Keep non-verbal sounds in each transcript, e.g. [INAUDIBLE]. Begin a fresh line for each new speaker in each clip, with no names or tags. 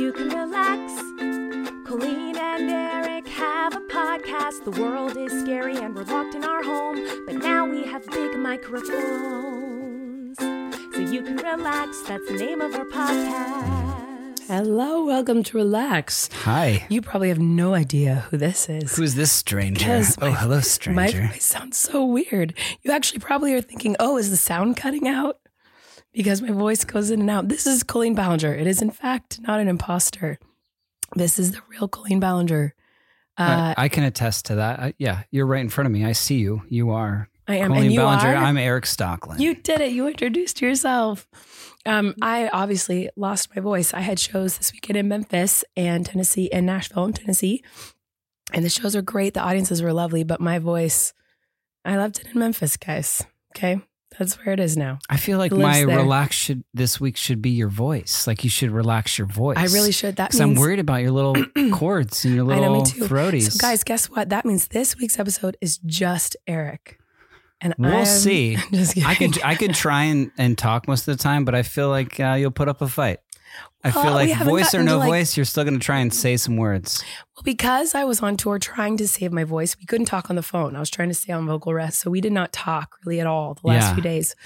you can relax. Colleen and Eric have a podcast. The world is scary and we're locked in our home, but now we have big microphones. So you can relax. That's the name of our podcast.
Hello, welcome to Relax.
Hi.
You probably have no idea who this is.
Who's this stranger?
Because
oh,
my-
hello,
My
stranger.
voice sounds so weird. You actually probably are thinking, oh, is the sound cutting out? Because my voice goes in and out. This is Colleen Ballinger. It is, in fact, not an imposter. This is the real Colleen Ballinger. Uh,
I, I can attest to that. I, yeah, you're right in front of me. I see you. You are.
I am.
Colleen
and you
Ballinger.
are?
I'm Eric Stockland.
You did it. You introduced yourself. Um, I obviously lost my voice. I had shows this weekend in Memphis and Tennessee and Nashville and Tennessee. And the shows were great. The audiences were lovely, but my voice, I left it in Memphis, guys. Okay. That's where it is now.
I feel like
lives
my
there.
relax should this week should be your voice. Like you should relax your voice.
I really should. That
Because
means
I'm worried about
[CLEARS THROAT]
your little chords and your
I
little
know, me too.
throaties.
So guys, guess what? That means this week's episode is just Eric. And
We'll
I'm-
see.
I'm [LAUGHS] just kidding.
I could I could try and, and talk most of the time, but I feel like uh, you'll put up a fight. I
Well,
feel
we
like
haven't
voice or
gotten to,
no
like-
voice, you're still going to try and say some words.
Well, because I was on tour trying to save my voice, we couldn't talk on the phone. I was trying to stay on vocal rest. So we did not talk really at all the last
Yeah.
few days.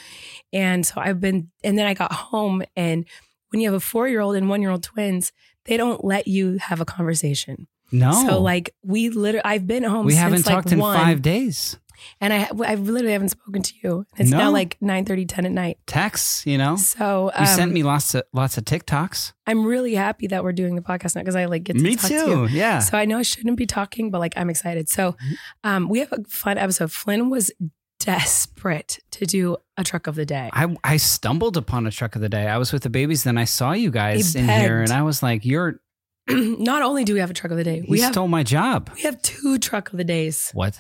And so I've been, and then I got home. And when you have a four year old and one year old twins, they don't let you have a conversation.
No,
So, like, we literally, I've been home
we
since
haven't
like
talked in
one,
five days.
And I, I literally haven't spoken to you. It's now
No.
like 9 10 at night.
texts, you know.
So, um,
you sent me lots of lots of TikToks.
I'm really happy that we're doing the podcast now because I like get to talk to you.
Yeah. Mm-hmm.
So I know I shouldn't be talking, but like I'm excited. So um, we have a fun episode. Flynn was desperate to do a truck of the day.
I, I stumbled upon a truck of the day. I was with the babies, then I saw you guys
He
in here,
begged.
and I was like, "You're
[CLEARS THROAT] Not only do we have a truck of the day,
he
we have
stole my job."
we have two truck of the days,
What?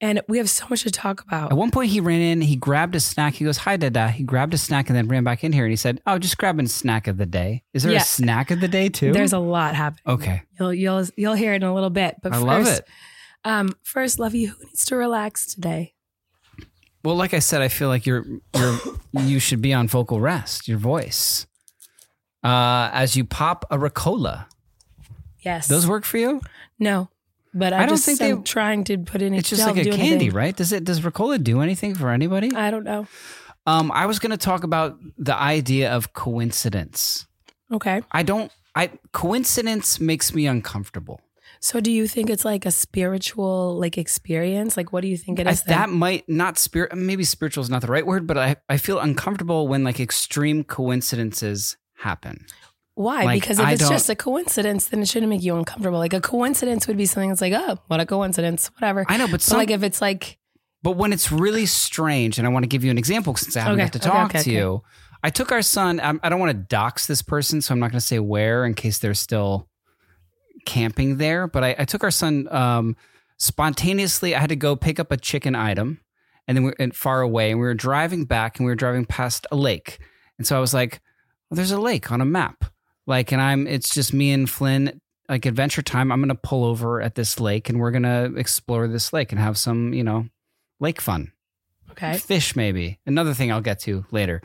and we have so much to talk about.
At one point, he ran in. He grabbed a snack. He goes, "Hi, Dada." He grabbed a snack and then ran back in here, and he said, "Oh, just grabbing snack of the day. Is there
Yeah.
a snack of the day too?"
There's a lot happening.
okay.
You'll you'll you'll hear it in a little bit. But
I
first,
love it.
Um, first, Lovey, who needs to relax today?
Well, like I said, I feel like you're you're you should be on vocal rest, your voice, uh, as you pop a Ricola.
Yes.
Those work for you?
no. But I,
I don't
just
think
am
they-
trying to put in.
It's just
don't
like
do
a candy,
anything. Uh,
right? Does it does Ricola do anything for anybody?
I don't know.
Um, I was going to talk about the idea of coincidence.
Okay.
I don't. I coincidence makes me uncomfortable.
So do you think it's like a spiritual like experience? Like what do you think it
I-
is? then?
that might not spirit. Maybe spiritual is not the right word, but I I feel uncomfortable when like extreme coincidences happen.
Why?
like,
because if
I
it's
don't-
just a coincidence, then it shouldn't make you uncomfortable. Like a coincidence would be something that's like, oh, what a coincidence, whatever.
I know, but
But
some,
like if it's like
But when it's really strange, and I want to give you an example since I haven't
Okay,
got to
okay,
talk
okay,
to
okay.
you. I took our son. I'm, I don't want to dox this person, so I'm not going to say where in case they're still camping there. But I, I took our son um, spontaneously. I had to go pick up a chicken item, and then we and far away, and we were driving back, and we were driving past a lake, and so I was like, well, "There's a lake on a map." Like, and I'm. It's just me and Flynn. Like adventure time. I'm going to pull over at this lake, and we're going to explore this lake and have some, you know, lake fun.
okay.
Fish, maybe. Another thing I'll get to later.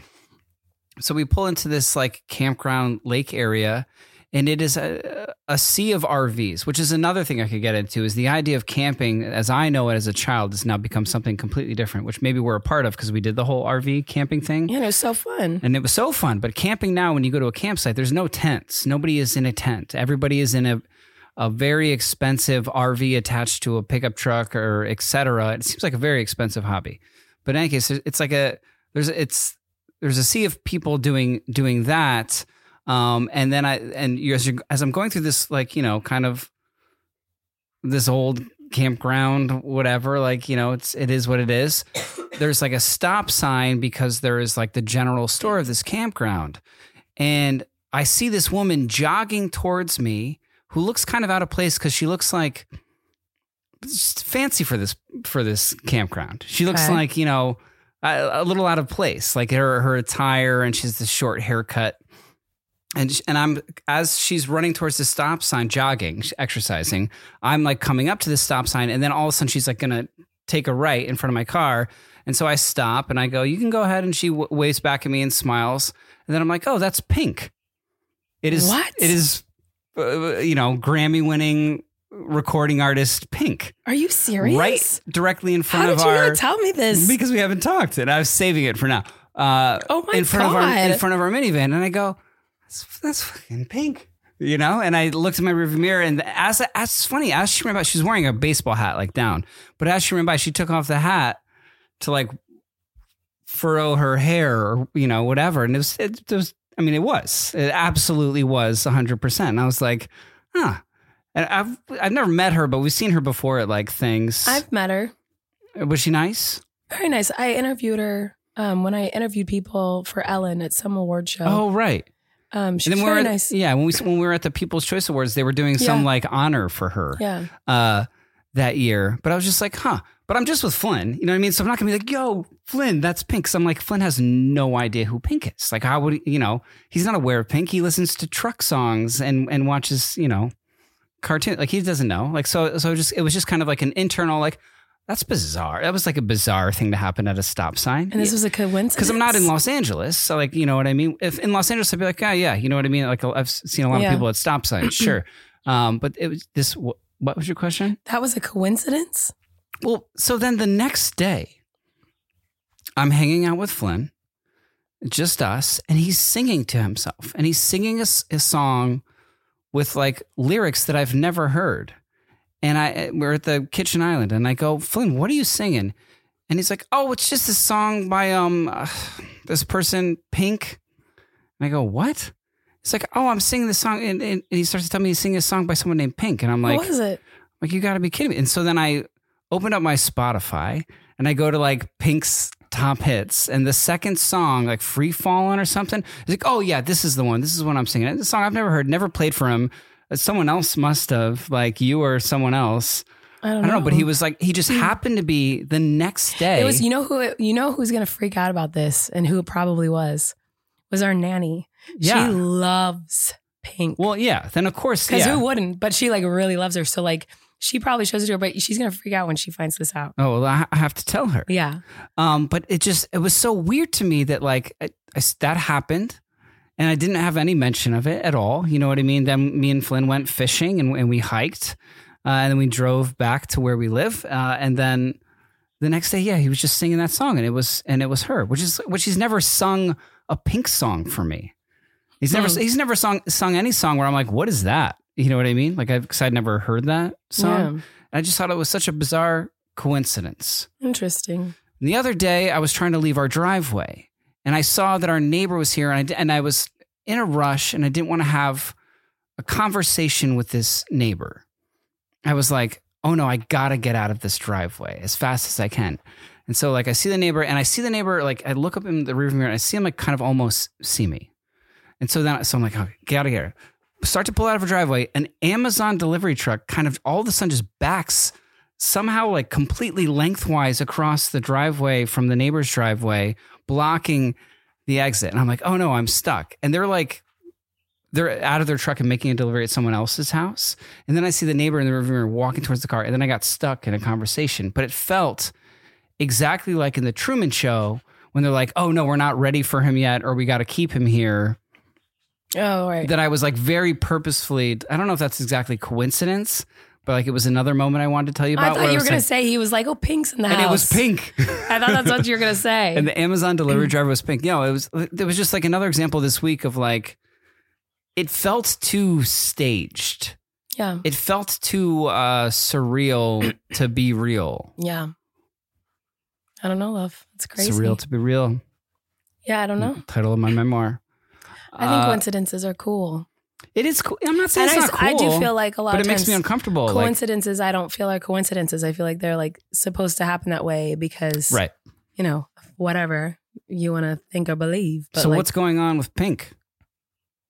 So we pull into this like campground lake area, and it is a, a sea of RVs, which is another thing I could get into. Is the idea of camping, as I know it as a child, has now become something completely different, which maybe we're a part of because we did the whole RV camping thing.
You know, it's so fun.
And it was so fun. But camping now, when you go to a campsite, there's no tents. Nobody is in a tent. Everybody is in a a very expensive RV attached to a pickup truck or etc. It seems like a very expensive hobby. But in any case, it's like a there's it's there's a sea of people doing doing that. Um, and then I and you, as you as I'm going through this like you know kind of this old campground whatever like you know it's it is what it is there's like a stop sign because there is like the general store of this campground. And I see this woman jogging towards me who looks kind of out of place because she looks like just fancy for this for this campground. She looks
Okay.
like, you know, a, a little out of place, like her her attire and she's this short haircut. And sh- and I'm as she's running towards the stop sign jogging, sh- exercising, I'm like coming up to the stop sign and then all of a sudden she's like going to take a right in front of my car. And so I stop and I go, You can go ahead. And she w- waves back at me and smiles. And then I'm like, Oh, that's pink. It is.
What?
It is uh, you know, Grammy winning recording artist Pink
Are you serious?
right directly in front
How
of
did you
our
not tell me this?
because we haven't talked and I was saving it for now. Uh,
oh my
in front
god!
of our in front of our minivan, and I go, "That's, that's fucking pink," you know. And I looked in my rearview mirror, and as, as it's funny, as she ran by, she's wearing a baseball hat like down, but as she ran by, she took off the hat to like furrow her hair or you know whatever, and it was it, it was I mean it was it absolutely was hundred percent. And I was like, huh. And I've I've never met her, but we've seen her before at like things.
I've met her.
was she nice?
Very nice. I interviewed her um, when I interviewed people for Ellen at some award show.
Oh, right.
um, she's
And then we
very
were,
nice.
Yeah, when we when we were at the People's Choice Awards, they were doing some
Yeah.
like honor for her
Yeah,
uh, that year. But I was just like, huh. But I'm just with Flynn, you know what I mean? So I'm not gonna be like, yo, Flynn, that's Pink. So I'm like, Flynn has no idea who Pink is. Like, how would he- you know? He's not aware of Pink. He listens to truck songs and and watches, you know, cartoon. Like he doesn't know. Like so so just it was just kind of like an internal like. That's bizarre. That was like a bizarre thing to happen at a stop sign.
and this was a coincidence
Because I'm not in Los Angeles, so like you know what I mean. If in Los Angeles, I'd be like, ah, yeah, you know what I mean. Like I've seen a lot
Yeah.
of people at stop signs, sure. Um, but it was this. wh- What was your question?
That was a coincidence.
Well, so then the next day, I'm hanging out with Flynn, just us, and he's singing to himself, and he's singing a, s- a song with like lyrics that I've never heard. And I eh, we're at the kitchen island, and I go, Flynn, what are you singing? And he's like, Oh, it's just a song by um uh, this person, Pink. And I go, What? It's like, Oh, I'm singing this song, and, and, and he starts to tell me he's singing a song by someone named Pink, and I'm like,
what was it?
like, you got to be kidding me. And so then I opened up my Spotify and I go to like Pink's top hits. And the second song, like Free Fallen or something, it's like, oh, yeah, this is the one. This is what I'm singing. It's a song I've never heard, never played for him. Someone else must have, like you or someone else.
I don't,
I don't know, but he was like, he just happened to be the next
Oh.
day.
Hmm. It was you know who it, you know who's gonna freak out about this and who it probably was was our nanny.
yeah.
She loves pink.
well, yeah. Then, of course,
Because
yeah.
who wouldn't? But she like really loves her. So like she probably shows it to her, but she's gonna freak out when she finds this out.
oh, well, I I have to tell her.
Yeah.
Um, but it just it was so weird to me that like I, I s- that happened, and I didn't have any mention of it at all. You know what I mean? Then me and Flynn went fishing and, and we hiked, uh, and then we drove back to where we live, uh, and then the next day, yeah, he was just singing that song, and it was and it was her, which is which he's never sung a Pink song for me. He's never
Hmm.
he's never sung sung any song where I'm like, what is that? You know what I mean? Like I've cause I'd never heard that song. And I just thought it was such a bizarre coincidence.
Yeah. Interesting.
And The other day, I was trying to leave our driveway and I saw that our neighbor was here, and I, and I was in a rush and I didn't want to have a conversation with this neighbor. I was like, oh no, I gotta get out of this driveway as fast as I can. And so, like, I see the neighbor and I see the neighbor, like, I look up in the rearview mirror and I see him, like, kind of almost see me. And so then, so I'm like, okay, get out of here. Start to pull out of a driveway. An Amazon delivery truck kind of all of a sudden just backs somehow like completely lengthwise across the driveway from the neighbor's driveway, blocking the exit. And I'm like, oh no, I'm stuck. And they're like, they're out of their truck and making a delivery at someone else's house. And then I see the neighbor in the rearview mirror walking towards the car. And then I got stuck in a conversation, but it felt exactly like in the Truman Show when they're like, oh no, we're not ready for him yet, or we got to keep him here
Oh right.
that I was like very purposefully. I don't know if that's exactly coincidence, but like it was another moment I wanted to tell you
I
about.
thought
where
you
I
were
was
gonna
like-
say he was like, oh, pink's in the
and
house. Mm.
it was pink.
[LAUGHS] I thought that's what you were
[LAUGHS]
gonna say.
and the Amazon delivery driver was pink. No, it was. It was just like another example this week of like, it felt too staged.
yeah.
It felt too
[COUGHS]
uh, surreal to be real.
Yeah. I don't know, love. It's crazy.
Surreal to be real.
yeah, I don't know.
Title of my memoir.
I think
Uh,
coincidences are cool.
it is cool. I'm not saying
And
it's
I,
not cool.
I do feel like a lot
but
of
it
times
makes me uncomfortable. Like,
coincidences I don't feel are coincidences. I feel like they're like supposed to happen that way because
right.
you know, whatever you want to think or believe. But
So
like,
what's going on with Pink?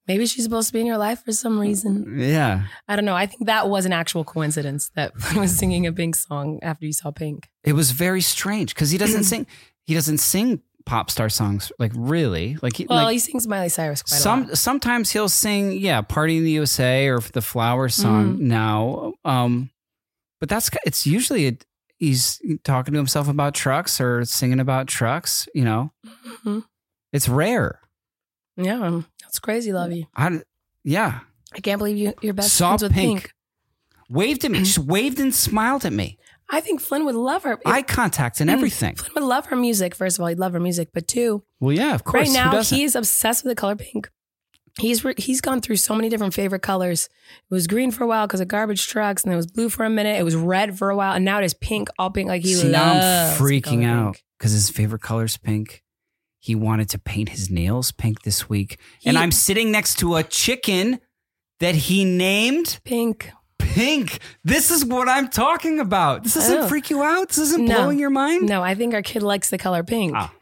maybe she's supposed to be in your life for some reason.
Yeah.
I don't know. I think that was an actual coincidence that [LAUGHS] I was singing a Pink song after you saw Pink.
It was very strange because
[COUGHS]
he doesn't sing. He doesn't sing pop star songs like really. Like he,
Well,
like,
he sings Miley Cyrus quite a lot.
some sometimes he'll sing yeah, "Party in the USA" or the Flower song
Mm-hmm.
now. Um, but that's it's usually a, he's talking to himself about trucks or singing about trucks. You know,
Mhm.
it's rare.
Yeah, that's um, crazy, Lovey.
I yeah.
I can't believe you, you're best
Saw
friends with Pink.
Pink. Waved at me. Just waved and smiled at me.
I think Flynn would love her. Hmm.
Eye contact
Mm.
and everything.
Flynn would love her music. First of all, he'd love her music, but two,
Well, yeah, of course.
right
Who
now
doesn't?
he's obsessed with the color pink. He's re- he's gone through so many different favorite colors. It was green for a while because of garbage trucks, and it was blue for a minute. It was red for a while, and now it is pink, all pink. Like he
See, now I'm
loves
freaking
Color
out
Pink.
because his favorite color is pink. He wanted to paint his nails pink this week, and
He-
I'm sitting next to a chicken that he named
Pink.
Pink. This is what I'm talking about. This doesn't
Oh.
freak you out. This isn't
No.
blowing your mind.
No, I think our kid likes the color pink.
Ah.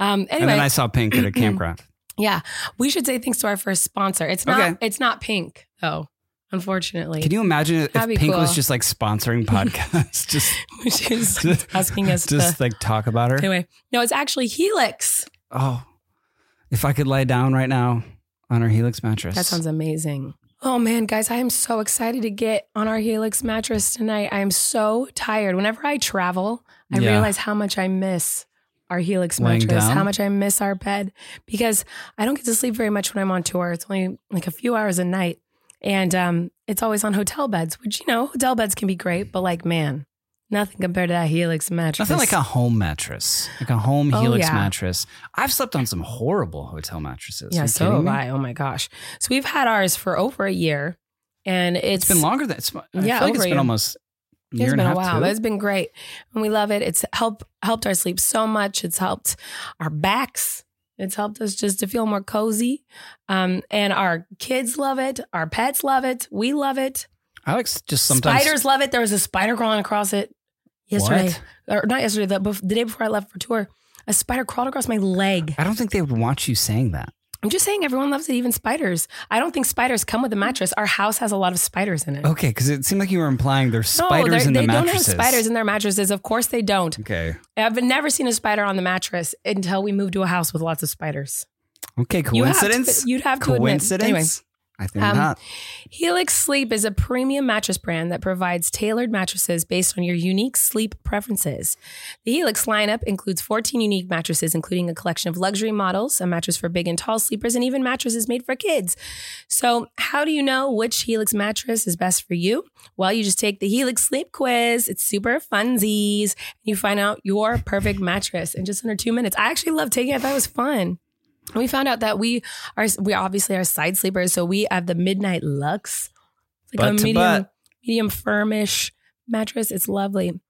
Um.
And
Anyway,
then I saw pink
[CLEARS THROAT]
at a campground.
yeah, we should say thanks to our first sponsor. It's not.
Okay.
It's not pink though. Unfortunately, [LAUGHS]
Can you imagine if
That'd be
Pink was
cool.
just
[LAUGHS]
like sponsoring podcasts, just
which is
[LAUGHS]
asking us
just
to.
like talk about her?
Anyway, no, it's actually Helix.
Oh, if I could lie down right now on her Helix mattress,
That sounds amazing. Oh man, guys, I am so excited to get on our Helix mattress tonight. I am so tired. Whenever I travel, I
Yeah.
realize how much I miss our Helix
Laying
mattress,
down?
how much I miss our bed because I don't get to sleep very much when I'm on tour. It's only like a few hours a night. And um, it's always on hotel beds, which, you know, hotel beds can be great, but like, man, nothing compared to that Helix mattress.
Nothing like a home mattress, like a home
Oh,
Helix
yeah.
mattress. I've slept on some horrible hotel mattresses.
Yeah,
Are you
so
kidding
have
me?
I. Oh my gosh. So we've had ours for over a year and it's,
It's been longer than it's. I
Yeah,
feel like
over
it's
a
been
year.
almost a year
It's
and
been a
a half.
while.
too.
It's been great, and we love it. It's helped helped our sleep so much. It's helped our backs. It's helped us just to feel more cozy, um, and our kids love it. Our pets love it. We love it.
I like s- just sometimes
Spiders love it. There was a spider crawling across it yesterday,
What?
or not yesterday, the, bef- the day before I left for tour. A spider crawled across my leg.
I don't think they would want you saying that.
I'm just saying, everyone loves it, even spiders. I don't think spiders come with a mattress. Our house has a lot of spiders in it.
Okay, because it seemed like you were implying there's
they're-
spiders in the
they don't have
mattresses.
spiders in their mattresses. Of course, they don't.
okay.
I've never seen a spider on the mattress until we moved to a house with lots of spiders.
Okay.
You have to-
Coincidence.
you'd have to admit.
Coincidence.
Anyway,
I think
um,
not.
Helix Sleep is a premium mattress brand that provides tailored mattresses based on your unique sleep preferences. The Helix lineup includes 14 unique mattresses, including a collection of luxury models, a mattress for big and tall sleepers, and even mattresses made for kids. So, how do you know which Helix mattress is best for you? Well, you just take the Helix Sleep Quiz. It's super funsies. You find out your perfect mattress in just under two minutes. I actually love taking it. I thought it was fun. And we found out that we are we obviously are side sleepers, so we have the midnight lux. It's like
Butt
a
to
medium
butt.
medium firmish mattress. It's lovely.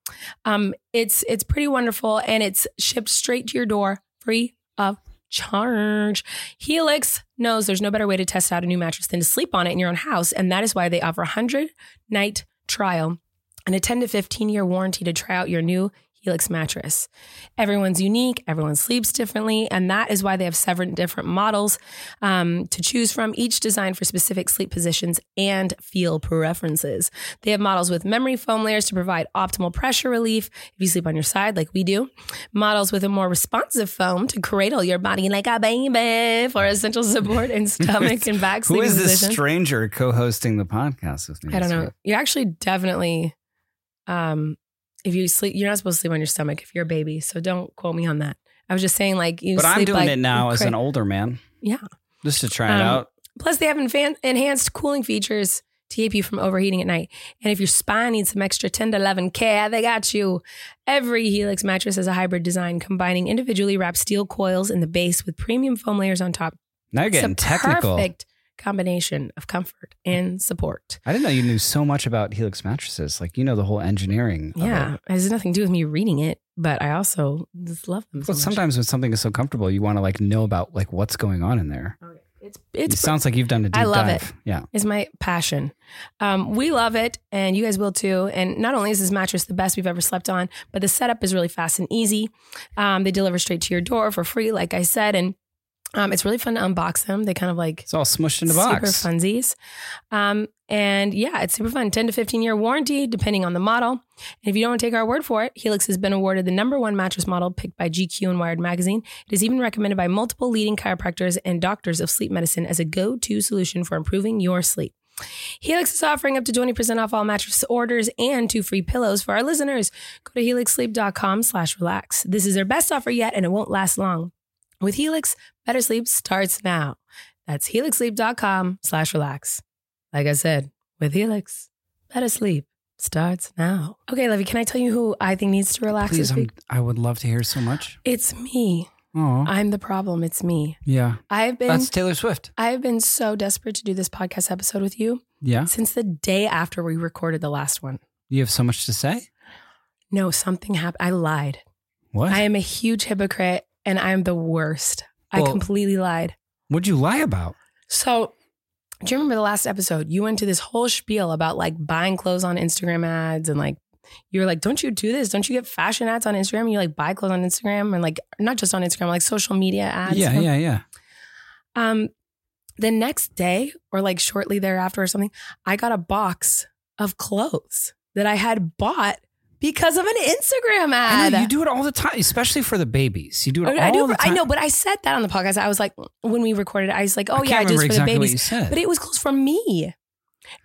Um, it's it's pretty wonderful and it's shipped straight to your door free of charge. Helix knows there's no better way to test out a new mattress than to sleep on it in your own house, and that is why they offer a hundred night trial and a 10 to 15 year warranty to try out your new Helix mattress. Everyone's unique, everyone sleeps differently, and that is why they have seven different models um, to choose from, each designed for specific sleep positions and feel preferences. They have models with memory foam layers to provide optimal pressure relief if you sleep on your side, like we do, models with a more responsive foam to cradle your body like a baby for essential support
[LAUGHS]
in stomach and back
Who
sleeping
is this
positions.
stranger co-hosting the podcast with me?
I don't
this
know.
week?
You actually definitely, um, if you sleep, you're not supposed to sleep on your stomach if you're a baby. So don't quote me on that. I was just saying, like you.
But I'm
sleep
doing
like
it now as
cra-
an older man.
Yeah.
Just to try
Um,
it out.
Plus, they have enfan- enhanced cooling features to keep you from overheating at night. And if your spine needs some extra 10 to 11 care, they got you. Every Helix mattress has a hybrid design combining individually wrapped steel coils in the base with premium foam layers on top.
Now you're
It's a
getting technical.
Perfect combination of comfort and support.
I didn't know you knew so much about Helix mattresses. Like you know the whole engineering. of
Yeah,
it.
it has nothing to do with me reading it, but I also just love them. So
Well,
much.
sometimes when something is so comfortable, you want to like know about like what's going on in there.
it's
it
it's
sounds like you've done a deep
I love
dive. Yeah.
is my passion. Um, we love it, and you guys will too. And not only is this mattress the best we've ever slept on, but the setup is really fast and easy. Um, they deliver straight to your door for free, like I said, and um, it's really fun to unbox them. They kind of like
It's all smushed in a box.
Super funsies. Um, and yeah, it's super fun. 10 to 15 year warranty, depending on the model. And if you don't take our word for it, Helix has been awarded the number one mattress model picked by GQ and Wired Magazine. It is even recommended by multiple leading chiropractors and doctors of sleep medicine as a go to solution for improving your sleep. Helix is offering up to 20% off all mattress orders and two free pillows for our listeners. Go to helixsleep.com slash relax. This is their best offer yet, and it won't last long. With Helix, better sleep starts now. That's helixsleep.com slash relax. Like I said, with Helix, better sleep starts now. Okay, Levy, can I tell you who I think needs to relax?
Please,
this
I'm,
week?
I would love to hear so much.
It's me.
Oh,
I'm the problem. It's me.
yeah.
I've been
That's Taylor Swift.
I've been so desperate to do this podcast episode with you
Yeah.
since the day after we recorded the last one.
You have so much to say.
No, something happened. I lied.
What?
I am a huge hypocrite and I'm the worst. I
Well-
completely lied.
What'd you lie about?
So, do you remember the last episode? You went to this whole spiel about like buying clothes on Instagram ads and like you were like, don't you do this? Don't you get fashion ads on Instagram? you like buy clothes on Instagram and like not just on Instagram, like social media ads.
yeah, yeah, yeah.
Um, the next day or like shortly thereafter or something, I got a box of clothes that I had bought because of an Instagram
I
ad.
know, you do it all the time, especially for the babies. You do it all
I do.
the
I
time.
know, but I said that on the podcast. I was like, when we recorded, I was like,
I
oh
can't
yeah, I do this
remember
for
exactly
the
what
babies.
you said.
But it was clothes from me.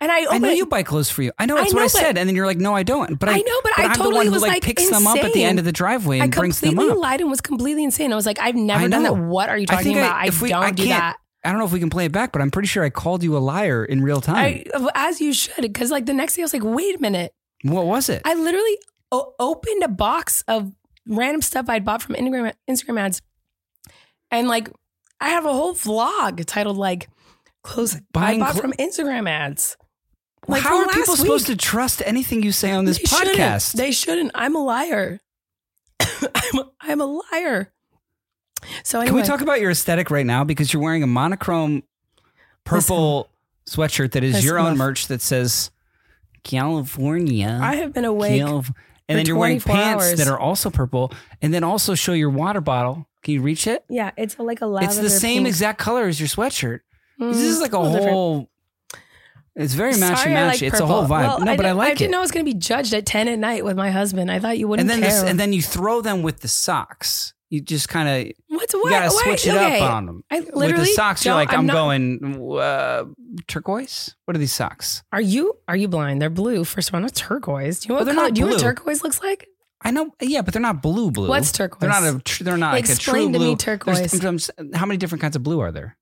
And I
I
opened
know
it-
you buy clothes for you. I know
Oh, I
that's what
know,
I
but-
said, and then you're like, no, I don't. But I,
I know, but
but
I
I'm the
totally
one who
was
like,
like
picks them up at the end
insane.
of the driveway
I
and brings them
completely
up.
lied and was completely insane. I was like, I've never
I
done that.
know.
What are you
I
talking
think I-
about? I,
if we-
don't
I
do
can't-
that.
I don't know if we can play it back, but I'm pretty sure I called you a liar in real time.
I, as you should, because like the next day I was like, wait a minute.
what was it?
I literally o- opened a box of random stuff I'd bought from Instagram Instagram ads, and like I have a whole vlog titled like clothes
Buying
I bought
clo-
from Instagram ads. Like
How
from
are people
last
supposed
week.
to trust anything you say on this
They shouldn't.
podcast?
They shouldn't. I'm a liar. [COUGHS] I'm, a, I'm a liar. So
Can
anyway,
we talk about your aesthetic right now? Because you're wearing a monochrome purple sweatshirt that is
Listen,
your own
love.
merch that says California.
I have been awake.
Calif- and then you're wearing
24
pants
hours.
that are also purple, and then also show your water bottle. Can you reach it?
Yeah, it's like a lavender.
it's the same
pink.
exact color as your sweatshirt.
Mm,
this is like a
little different.
whole. It's very matchy
Sorry, I
matchy.
like
it's a
purple.
whole vibe.
Well,
no, but I,
didn't-
like
I
it.
didn't know I was going to be judged at ten at night with my husband. I thought you wouldn't
and then
care.
this, and then you throw them with the socks. You just kind of you
What's what?
gotta
Why-
switch it
okay.
up on them.
I literally
with the socks, you're
don't-
like, I'm,
not-
going uh, turquoise. What are these socks?
Are you are you blind? They're blue. First of all, not turquoise. Do you know
Well,
what
they're
color?
not
Do you know what
blue.
turquoise looks like?
I know, yeah, but they're not blue blue.
What's turquoise?
They're not a. tr- They're not like
Explain
a true
to me
blue
turquoise.
There's- I'm s- how many different kinds of blue are there?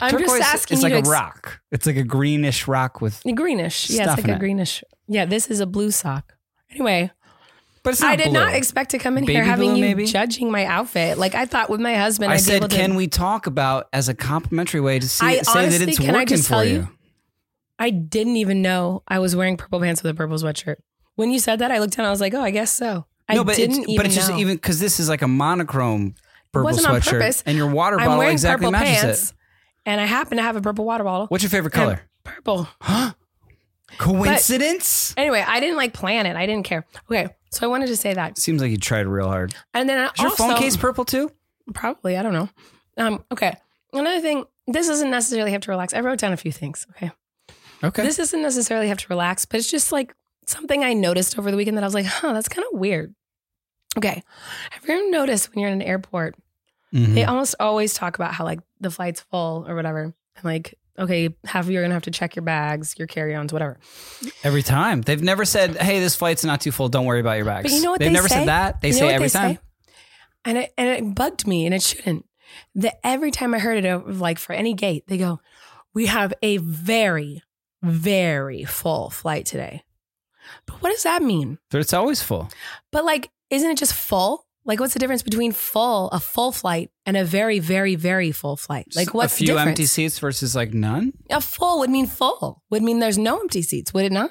I'm just
turquoise
asking
is
you
like
to
a
ex-
rock. It's like a greenish rock with,
Greenish. Yeah,
Stuff
it's
in
like a
it.
greenish. Yeah, this is a blue sock. Anyway,
but it's not
I did
blue.
not expect to come in here
Baby
having
blue,
you
maybe?
judging my outfit. Like I thought with my husband,
I
I'd be
said,
able to.
can we talk about as a complimentary way to see,
I
say that
honestly-
it's
can I
working
just
for
tell
you?
you? I didn't even know I was wearing purple pants with a purple sweatshirt. When you said that, I looked down. I was like, oh, I guess so. I
no, but
didn't
it's,
even
but it's just
know.
even because this is like a monochrome purple
wasn't on
sweatshirt,
purpose.
and your water
I'm
bottle
wearing
exactly
purple
matches
pants,
it.
and I happen to have a purple water bottle.
What's your favorite color?
Purple.
Huh? Coincidence?
Anyway, I didn't like plan it. I didn't care. Okay, so I wanted to say that,
Seems like you tried real hard.
and then I
Is your
also,
phone case purple too?
Probably. I don't know. Um, okay. Another thing, this doesn't necessarily have to relax. I wrote down a few things. Okay.
Okay.
This doesn't necessarily have to relax, but it's just like something I noticed over the weekend that I was like, huh, that's kind of weird. Okay. Have you ever noticed when you're in an airport,
Mhm.
they almost always talk about how like the flight's full or whatever. And like, okay, half of you are gonna have to check your bags, your carry-ons, whatever.
Every time they've never said, "Hey, this flight's not too full. Don't worry about your bags."
But you know what
they've
they
never
say?
said that. They
You know
say
what
every
they
time.
say? And it and it bugged me, and it shouldn't. That every time I heard it, of, like for any gate, they go, "We have a very, very full flight today." But what does that mean?
But it's always full.
But like, isn't it just full? Like, what's the difference between full, a full flight, and a very, very, very full flight? Like, what's
a few
the difference?
empty seats versus like none?
A full would mean full. Would mean there's no empty seats. Would it not?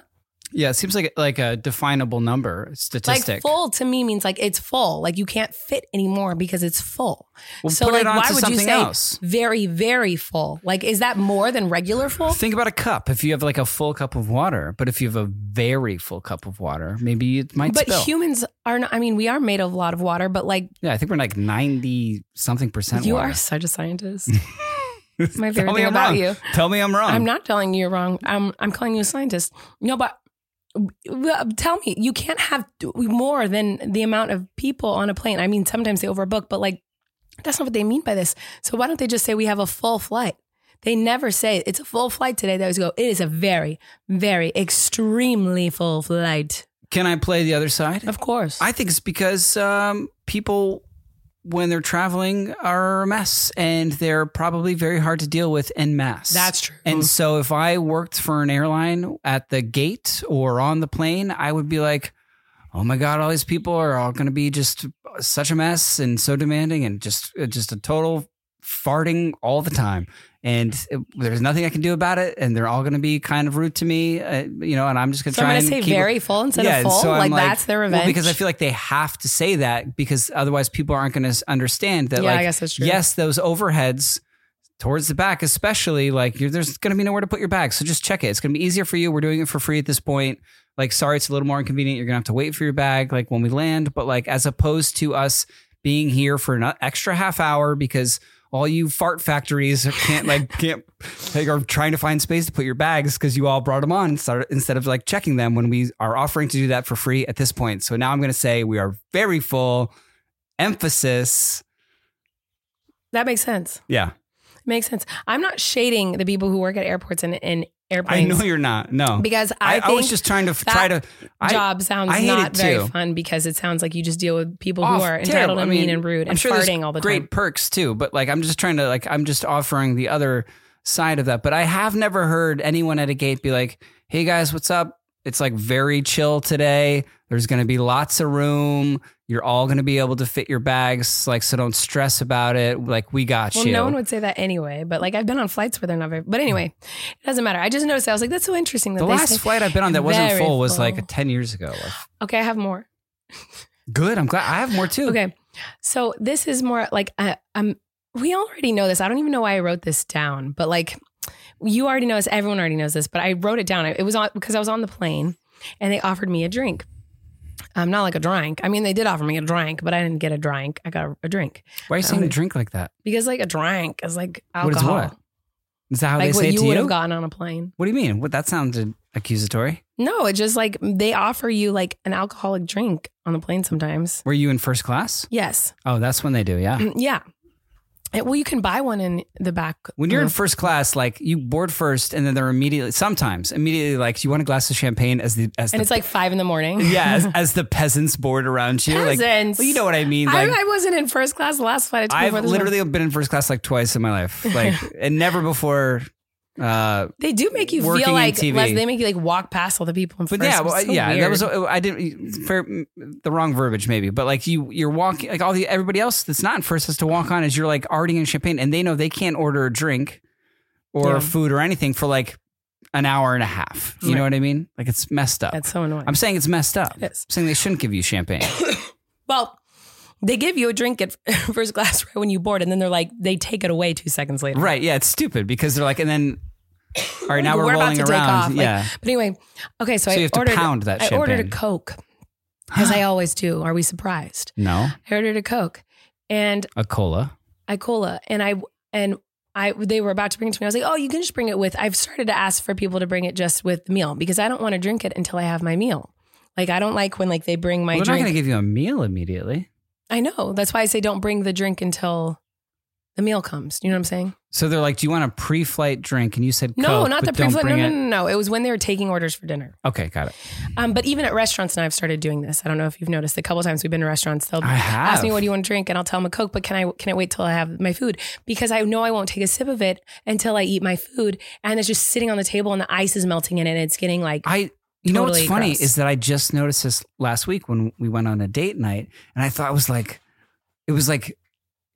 Yeah, it seems like like a definable number statistic.
Like full to me means like it's full. Like you can't fit anymore because it's full.
Well,
so
put
like
it onto
why would you
something
say
else.
very very full? Like is that more than regular full?
Think about a cup. If you have like a full cup of water, but if you have a very full cup of water, maybe it might
But
spill.
humans are not I mean we are made of a lot of water, but like
yeah, I think we're like ninety something percent.
you
water.
are such a scientist.
[LAUGHS]
My
Tell
favorite
me
thing
I'm
about
wrong.
you.
Tell me I'm wrong.
I'm not telling you you're wrong. I'm I'm calling you a scientist. No, but well, tell me, you can't have more than the amount of people on a plane. I mean, sometimes they overbook, but like that's not what they mean by this. So why don't they just say we have a full flight? They never say it's a full flight today. They always go, it is a very, very extremely full flight.
Can I play the other side?
Of course.
I think it's because um, people when they're traveling are a mess and they're probably very hard to deal with en masse.
That's true.
And so if I worked for an airline at the gate or on the plane, I would be like, oh my God, all these people are all going to be just uh, such a mess and so demanding and just, uh, just a total farting all the time. And it- there's nothing I can do about it. And they're all going to be kind of rude to me, uh, you know, and I'm just going to
so I'm
try
going to
and
say
keep
very full instead of
and
full.
I'm
like, that's their
well,
revenge.
because I feel like they have to say that because otherwise people aren't going to understand that.
yeah,
like,
I guess that's true.
yes, those overheads towards the back, especially like you're, there's going to be nowhere to put your bag. So just check it. It's going to be easier for you. We're doing it for free at this point. Like, sorry, it's a little more inconvenient. You're going to have to wait for your bag, like when we land. But like, as opposed to us being here for an extra half hour because all you fart factories can't like can't like are trying to find space to put your bags because you all brought them on start, instead of like checking them when we are offering to do that for free at this point. So now I'm going to say we are very full. Emphasis.
That makes sense.
Yeah.
Makes sense. I'm not shading the people who work at airports and, and
I
airplanes
know you're not. No,
because I,
I,
think
I was just trying to f-
that
try to. I,
job sounds
I hate
not
it
very
too.
fun because it sounds like you just deal with people who
Off-
are entitled
terrible.
and
I mean,
mean and rude
I'm
and
sure there's
farting all the
great
time.
perks too, but like I'm just trying to like I'm just offering the other side of that. But I have never heard anyone at a gate be like, "Hey guys, what's up?" It's like very chill today. There's going to be lots of room. You're all going to be able to fit your bags. Like, so don't stress about it. Like, we got
Well,
you.
no one would say that anyway, but like I've been on flights where they're not very. But anyway, it doesn't matter. I just noticed. I was like, that's so interesting. That
the
they
last
say-
flight I've been on that wasn't
Very
full was
full.
like 10 years ago. Like,
okay, I have more.
good. I'm glad I have more too.
Okay, so this is more like uh, um, we already know this. I don't even know why I wrote this down, but like you already know this. Everyone already knows this, but I wrote it down. It was on because I was on the plane, and they offered me a drink. Um, not like a drink. I mean, they did offer me a drink, but I didn't get a drink. I got a, a drink
Why are you saying
Um,
drink like that?
because like a drink is like
What is
alcohol,
what? Is that how
like
they say
what
it
you
to
would
you?
have gotten on a plane.
What do you mean? What that sounded accusatory.
No, it's just like they offer you like an alcoholic drink on the plane sometimes.
Were you in first class?
Yes. [CLEARS THROAT]
Oh, that's when they do. Yeah.
yeah. And- Well, you can buy one in the back.
When you're in
of-
first class, like you board first, and then they're immediately, sometimes immediately, like you want a glass of champagne as the as
and
the,
it's like five in the morning.
[LAUGHS]
[LAUGHS]
yeah as, as the peasants board around you. Like,
Peasants.
well, you know what I mean. Like,
I, I wasn't in first class the last flight. I took
I've
before this one.
literally been in first class like twice in my life,
[LAUGHS]
like and never before. Uh,
They do make you
working
feel
in
like
TV.
Les, they make you like walk past all the people in
But
first.
yeah,
It was
well,
so
yeah, that
weird.
was I didn't fair, the wrong verbiage maybe, but like you you're walking like all the everybody else that's not in first has to walk on as you're like already in champagne and they know they can't order a drink or
Yeah.
food or anything for like an hour and a half. You know
Right.
what I mean? Like it's messed up.
That's so annoying.
I'm saying it's messed up.
It is.
I'm saying they shouldn't give you
[LAUGHS]
champagne.
well, they give you a drink at [LAUGHS] first class right when you board, and then they're like they take it away two seconds later.
right? Yeah, it's stupid because they're like and then all right, now
We're
we're,
about
rolling
to take
around.
off, like-
yeah.
But anyway, okay, so, I
so you have to
ordered.
pound that
I
champagne.
ordered a Coke, as I always do. Are we surprised?
no,
I ordered a Coke and
a cola.
a cola, and I and I they were about to bring it to me. I was like, oh, you can just bring it with. I've started to ask for people to bring it just with the meal because I don't want to drink it until I have my meal. Like I don't like when like they bring my
Well, they're not
drink.
going to give you a meal immediately.
I know that's why I say don't bring the drink until the meal comes. You know what I'm saying?
So they're like, "Do you want a pre-flight drink?" And you said,
no,
Coke,
not the
but
pre.
don't
No, no,
bring
no,
it-
no, no. It was when they were taking orders for dinner.
Okay, got it.
Um, but even at restaurants now, I've started doing this. I don't know if you've noticed. A couple times we've been to restaurants, they'll
I have.
ask me what do you want to drink and I'll tell them a Coke, but can I can I wait till I have my food? Because I know I won't take a sip of it until I eat my food and it's just sitting on the table and the ice is melting in it and it's getting like
I you know what's
Totally
funny
gross.
is that I just noticed this last week when we went on a date night, and I thought it was like, it was like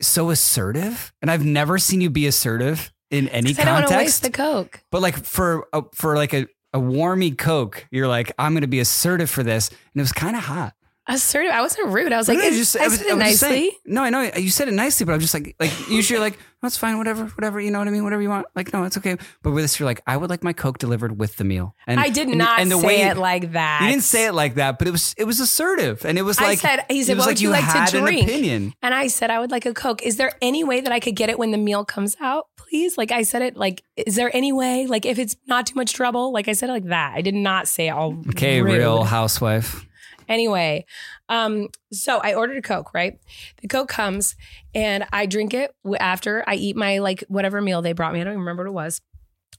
so assertive, and I've never seen you be assertive in any
'Cause I don't want to waste
context.
the Coke.
but like for a, for like a a warmy Coke, you're like, I'm going to be assertive for this, and it was kind of hot.
Assertive. I wasn't rude. I was like,
No,
I,
no, just-
I
I was-
said it
I was just
nicely.
saying- no, I know you said it nicely, but I'm just like,
[LAUGHS]
like usually you're like, that's fine, whatever, whatever, you know what I mean, whatever you want, like no, it's okay. But with this, you're like, I would like my Coke delivered with the meal. And
I did
and-
not
and the
say
way,
it like that.
You didn't say it like that, but it was it was assertive, and it was
I
like
said- he said,
it was
"What would you like to
had an
drink?"
opinion.
And I said, I would like a Coke. Is there any way that I could get it when the meal comes out, please? Like I said it, like, is there any way? Like, if it's not too much trouble, like I said it like that. I did not say it all.
Okay,
rude.
real housewife.
Anyway, um, so I ordered a Coke, right? The Coke comes and I drink it w- after I eat my, like, whatever meal they brought me. I don't even remember what it was.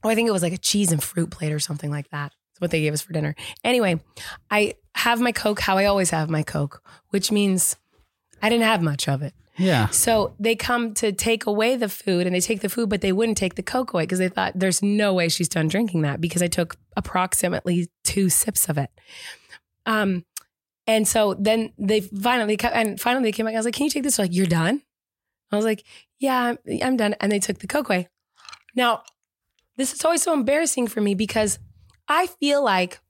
Oh, I think it was like a cheese and fruit plate or something like that. That's what they gave us for dinner. Anyway, I have my Coke how I always have my Coke, which means I didn't have much of it.
Yeah.
So they come to take away the food and they take the food, but they wouldn't take the Coke away because they thought there's no way she's done drinking that because I took approximately two sips of it. Um, and so then they finally come and finally they came back. I was like, can you take this? They're like, you're done? I was like, yeah, I'm, I'm done. And they took the Coke away. Now, this is always so embarrassing for me because I feel like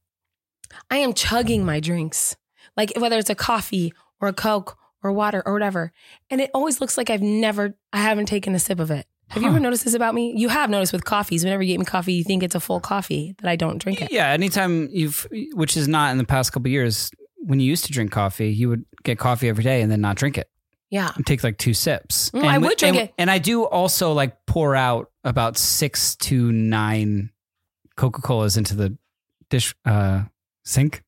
I am chugging my drinks, like whether it's a coffee or a Coke or water or whatever. And it always looks like I've never, I haven't taken a sip of it. Have you
Huh.
ever noticed this about me? You have noticed with coffees. Whenever you get me coffee, you think it's a full coffee that I don't drink it.
Yeah. Anytime you've, which is not in the past couple years, when you used to drink coffee, you would get coffee every day and then not drink it.
Yeah.
and Take like two sips.
Mm,
and,
I would
and-
drink it.
And I do also like pour out about six to nine Coca Colas into the dish uh, sink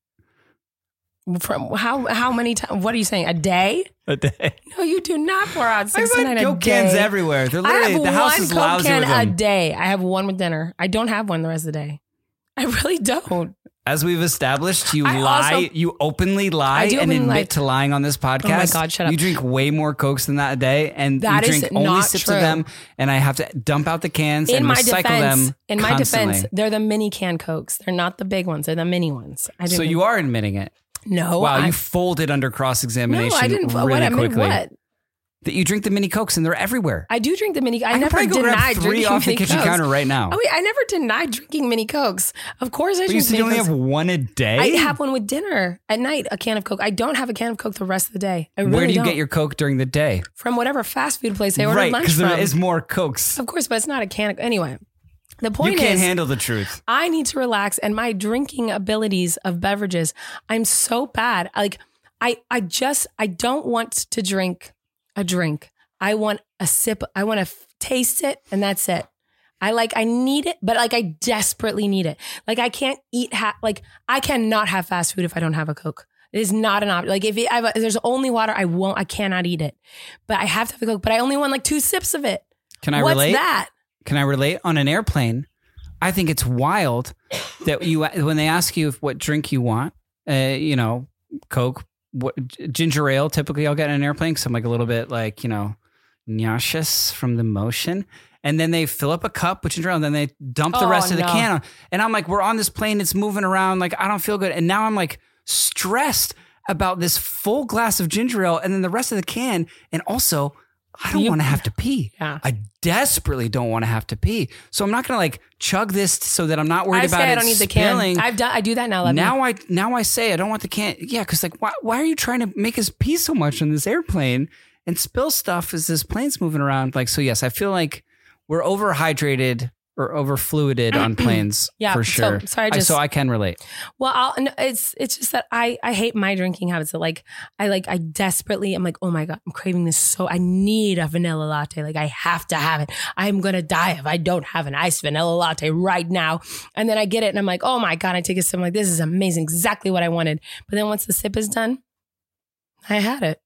From how how many times? What are you saying? A day? [LAUGHS]
a day.
No, you do not pour out six
I
to
buy
nine a
Coke
day.
cans everywhere. They're
I
literally
have
the house
one
is
Coke
lousy
can
with
a
them.
day. I have one with dinner. I don't have one the rest of the day. I really don't.
As we've established, you
I
lie,
also-
you openly lie,
I do
and
openly
admit
lie. Oh
to lying on this podcast.
God, shut up.
You drink way more cokes than that a day, and
That
you
is
drink only
not
sips
true.
of them. And I have to dump out the cans
In
and
my
recycle
defense,
them.
in my
constantly.
defense, they're the mini can cokes. They're not the big ones. They're the mini ones. I didn't
so you are admitting it.
no.
wow,
Oh, I,
you folded under cross
no,
examination.
I didn't.
Really
what I mean,
quickly.
what
That you drink the mini cokes and they're everywhere.
I do drink the mini. I,
could
never
probably go grab
denied
three
drinking
off the
mini
kitchen
cokes.
counter right now.
Oh, wait, I never denied drinking mini cokes. Of course, I
but you
drink
said
mini
you only
cokes.
have one a day.
I have one with dinner at night. A can of Coke. I don't have a can of Coke the rest of the day. I really
Where do you
not
get your coke during the day?
from whatever fast food place I ordered
Right,
lunch
because there
from.
is more cokes.
of course, but it's not a can. Of, anyway, the
You
point
can't
is,
handle the truth.
I need to relax, and my drinking abilities of beverages, I'm so bad. Like, I, I just, I don't want to drink a drink. I want a sip. I want to f- taste it, and that's it. I like, I need it, but like, I desperately need it. Like, I can't eat. Ha- like, I cannot have fast food if I don't have a Coke. It is not an option. Like, if, it, I have a- if there's only water, I won't. I cannot eat it. But I have to have a Coke. But I only want like two sips of it.
Can I
What's
relate?
that?
Can I relate on an airplane? I think it's wild that you when they ask you if what drink you want, uh, you know, Coke, what, ginger ale. Typically, I'll get in an airplane because I'm like a little bit like you know, nauseous from the motion. And then they fill up a cup with ginger ale, and then they dump the
Oh,
rest of the
no.
can. on. And I'm like, we're on this plane, it's moving around. Like I don't feel good, and now I'm like stressed about this full glass of ginger ale, and then the rest of the can, and also. I don't
You-
want to have to pee.
Yeah.
I desperately don't want to have to pee. So I'm not going to like chug this so that I'm not worried
I
about
say
it
I don't need the
spilling.
can. I've done. I do that now. Love me.
now I now I say I don't want the can. Yeah, because like why why are you trying to make us pee so much on this airplane and spill stuff as this plane's moving around? Like so, yes, I feel like we're overhydrated or
[CLEARS THROAT]
overfluided on planes
Yeah,
for
so-
sure.
sorry, I just-
so I can relate.
Well, I'll, no, it's it's just that I I hate my drinking habits. That like I like I desperately I'm like oh my god I'm craving this so I need a vanilla latte. Like I have to have it. I'm gonna die if I don't have an iced vanilla latte right now. And then I get it and I'm like oh my god I take a sip I'm like this is amazing exactly what I wanted. But then once the sip is done, I had it.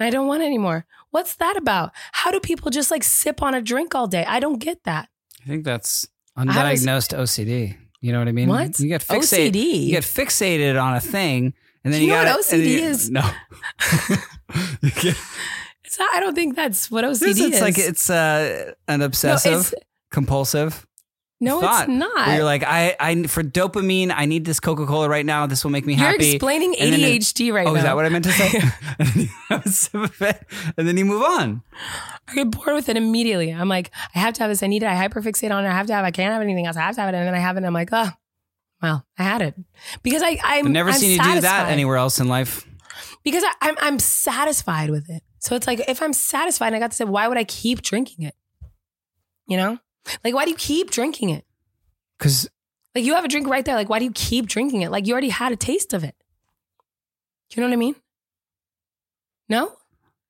And I don't want any more. What's that about? How do people just like sip on a drink all day? I don't get that.
I think that's
I was-
undiagnosed OCD. You know what I mean?
What?
you get fixated?
OCD.
you get fixated on a thing, and then
You
you,
know
got
what OCD is?
No. [LAUGHS] You get-
It's not- I don't think that's what OCD
This
is.
is like it's uh, an
No, it's-
obsessive compulsive.
No,
thought,
it's not.
Where you're like, I, I for dopamine, I need this Coca Cola right now. This will make me
You're
happy.
explaining
and then it-
ADHD right
oh,
now.
is that what I meant
[LAUGHS]
to say? [LAUGHS] Have a sip of it, and then you move on.
I get bored with it immediately. I'm like, I have to have this. I need it. I hyperfixate on it. I have to have. it. I can't have anything else. I have to have it. And then I have it. And I'm like, oh, well, I had it because I
I've
I'm
never
I'm
seen you do that
satisfied.
anywhere else in life.
because I, I'm I'm satisfied with it. So it's like if I'm satisfied, and I got to say, why would I keep drinking it? You know, like why do you keep drinking it?
Because
Like you have a drink right there. Like why do you keep drinking it? Like you already had a taste of it. Do you know what I mean? No.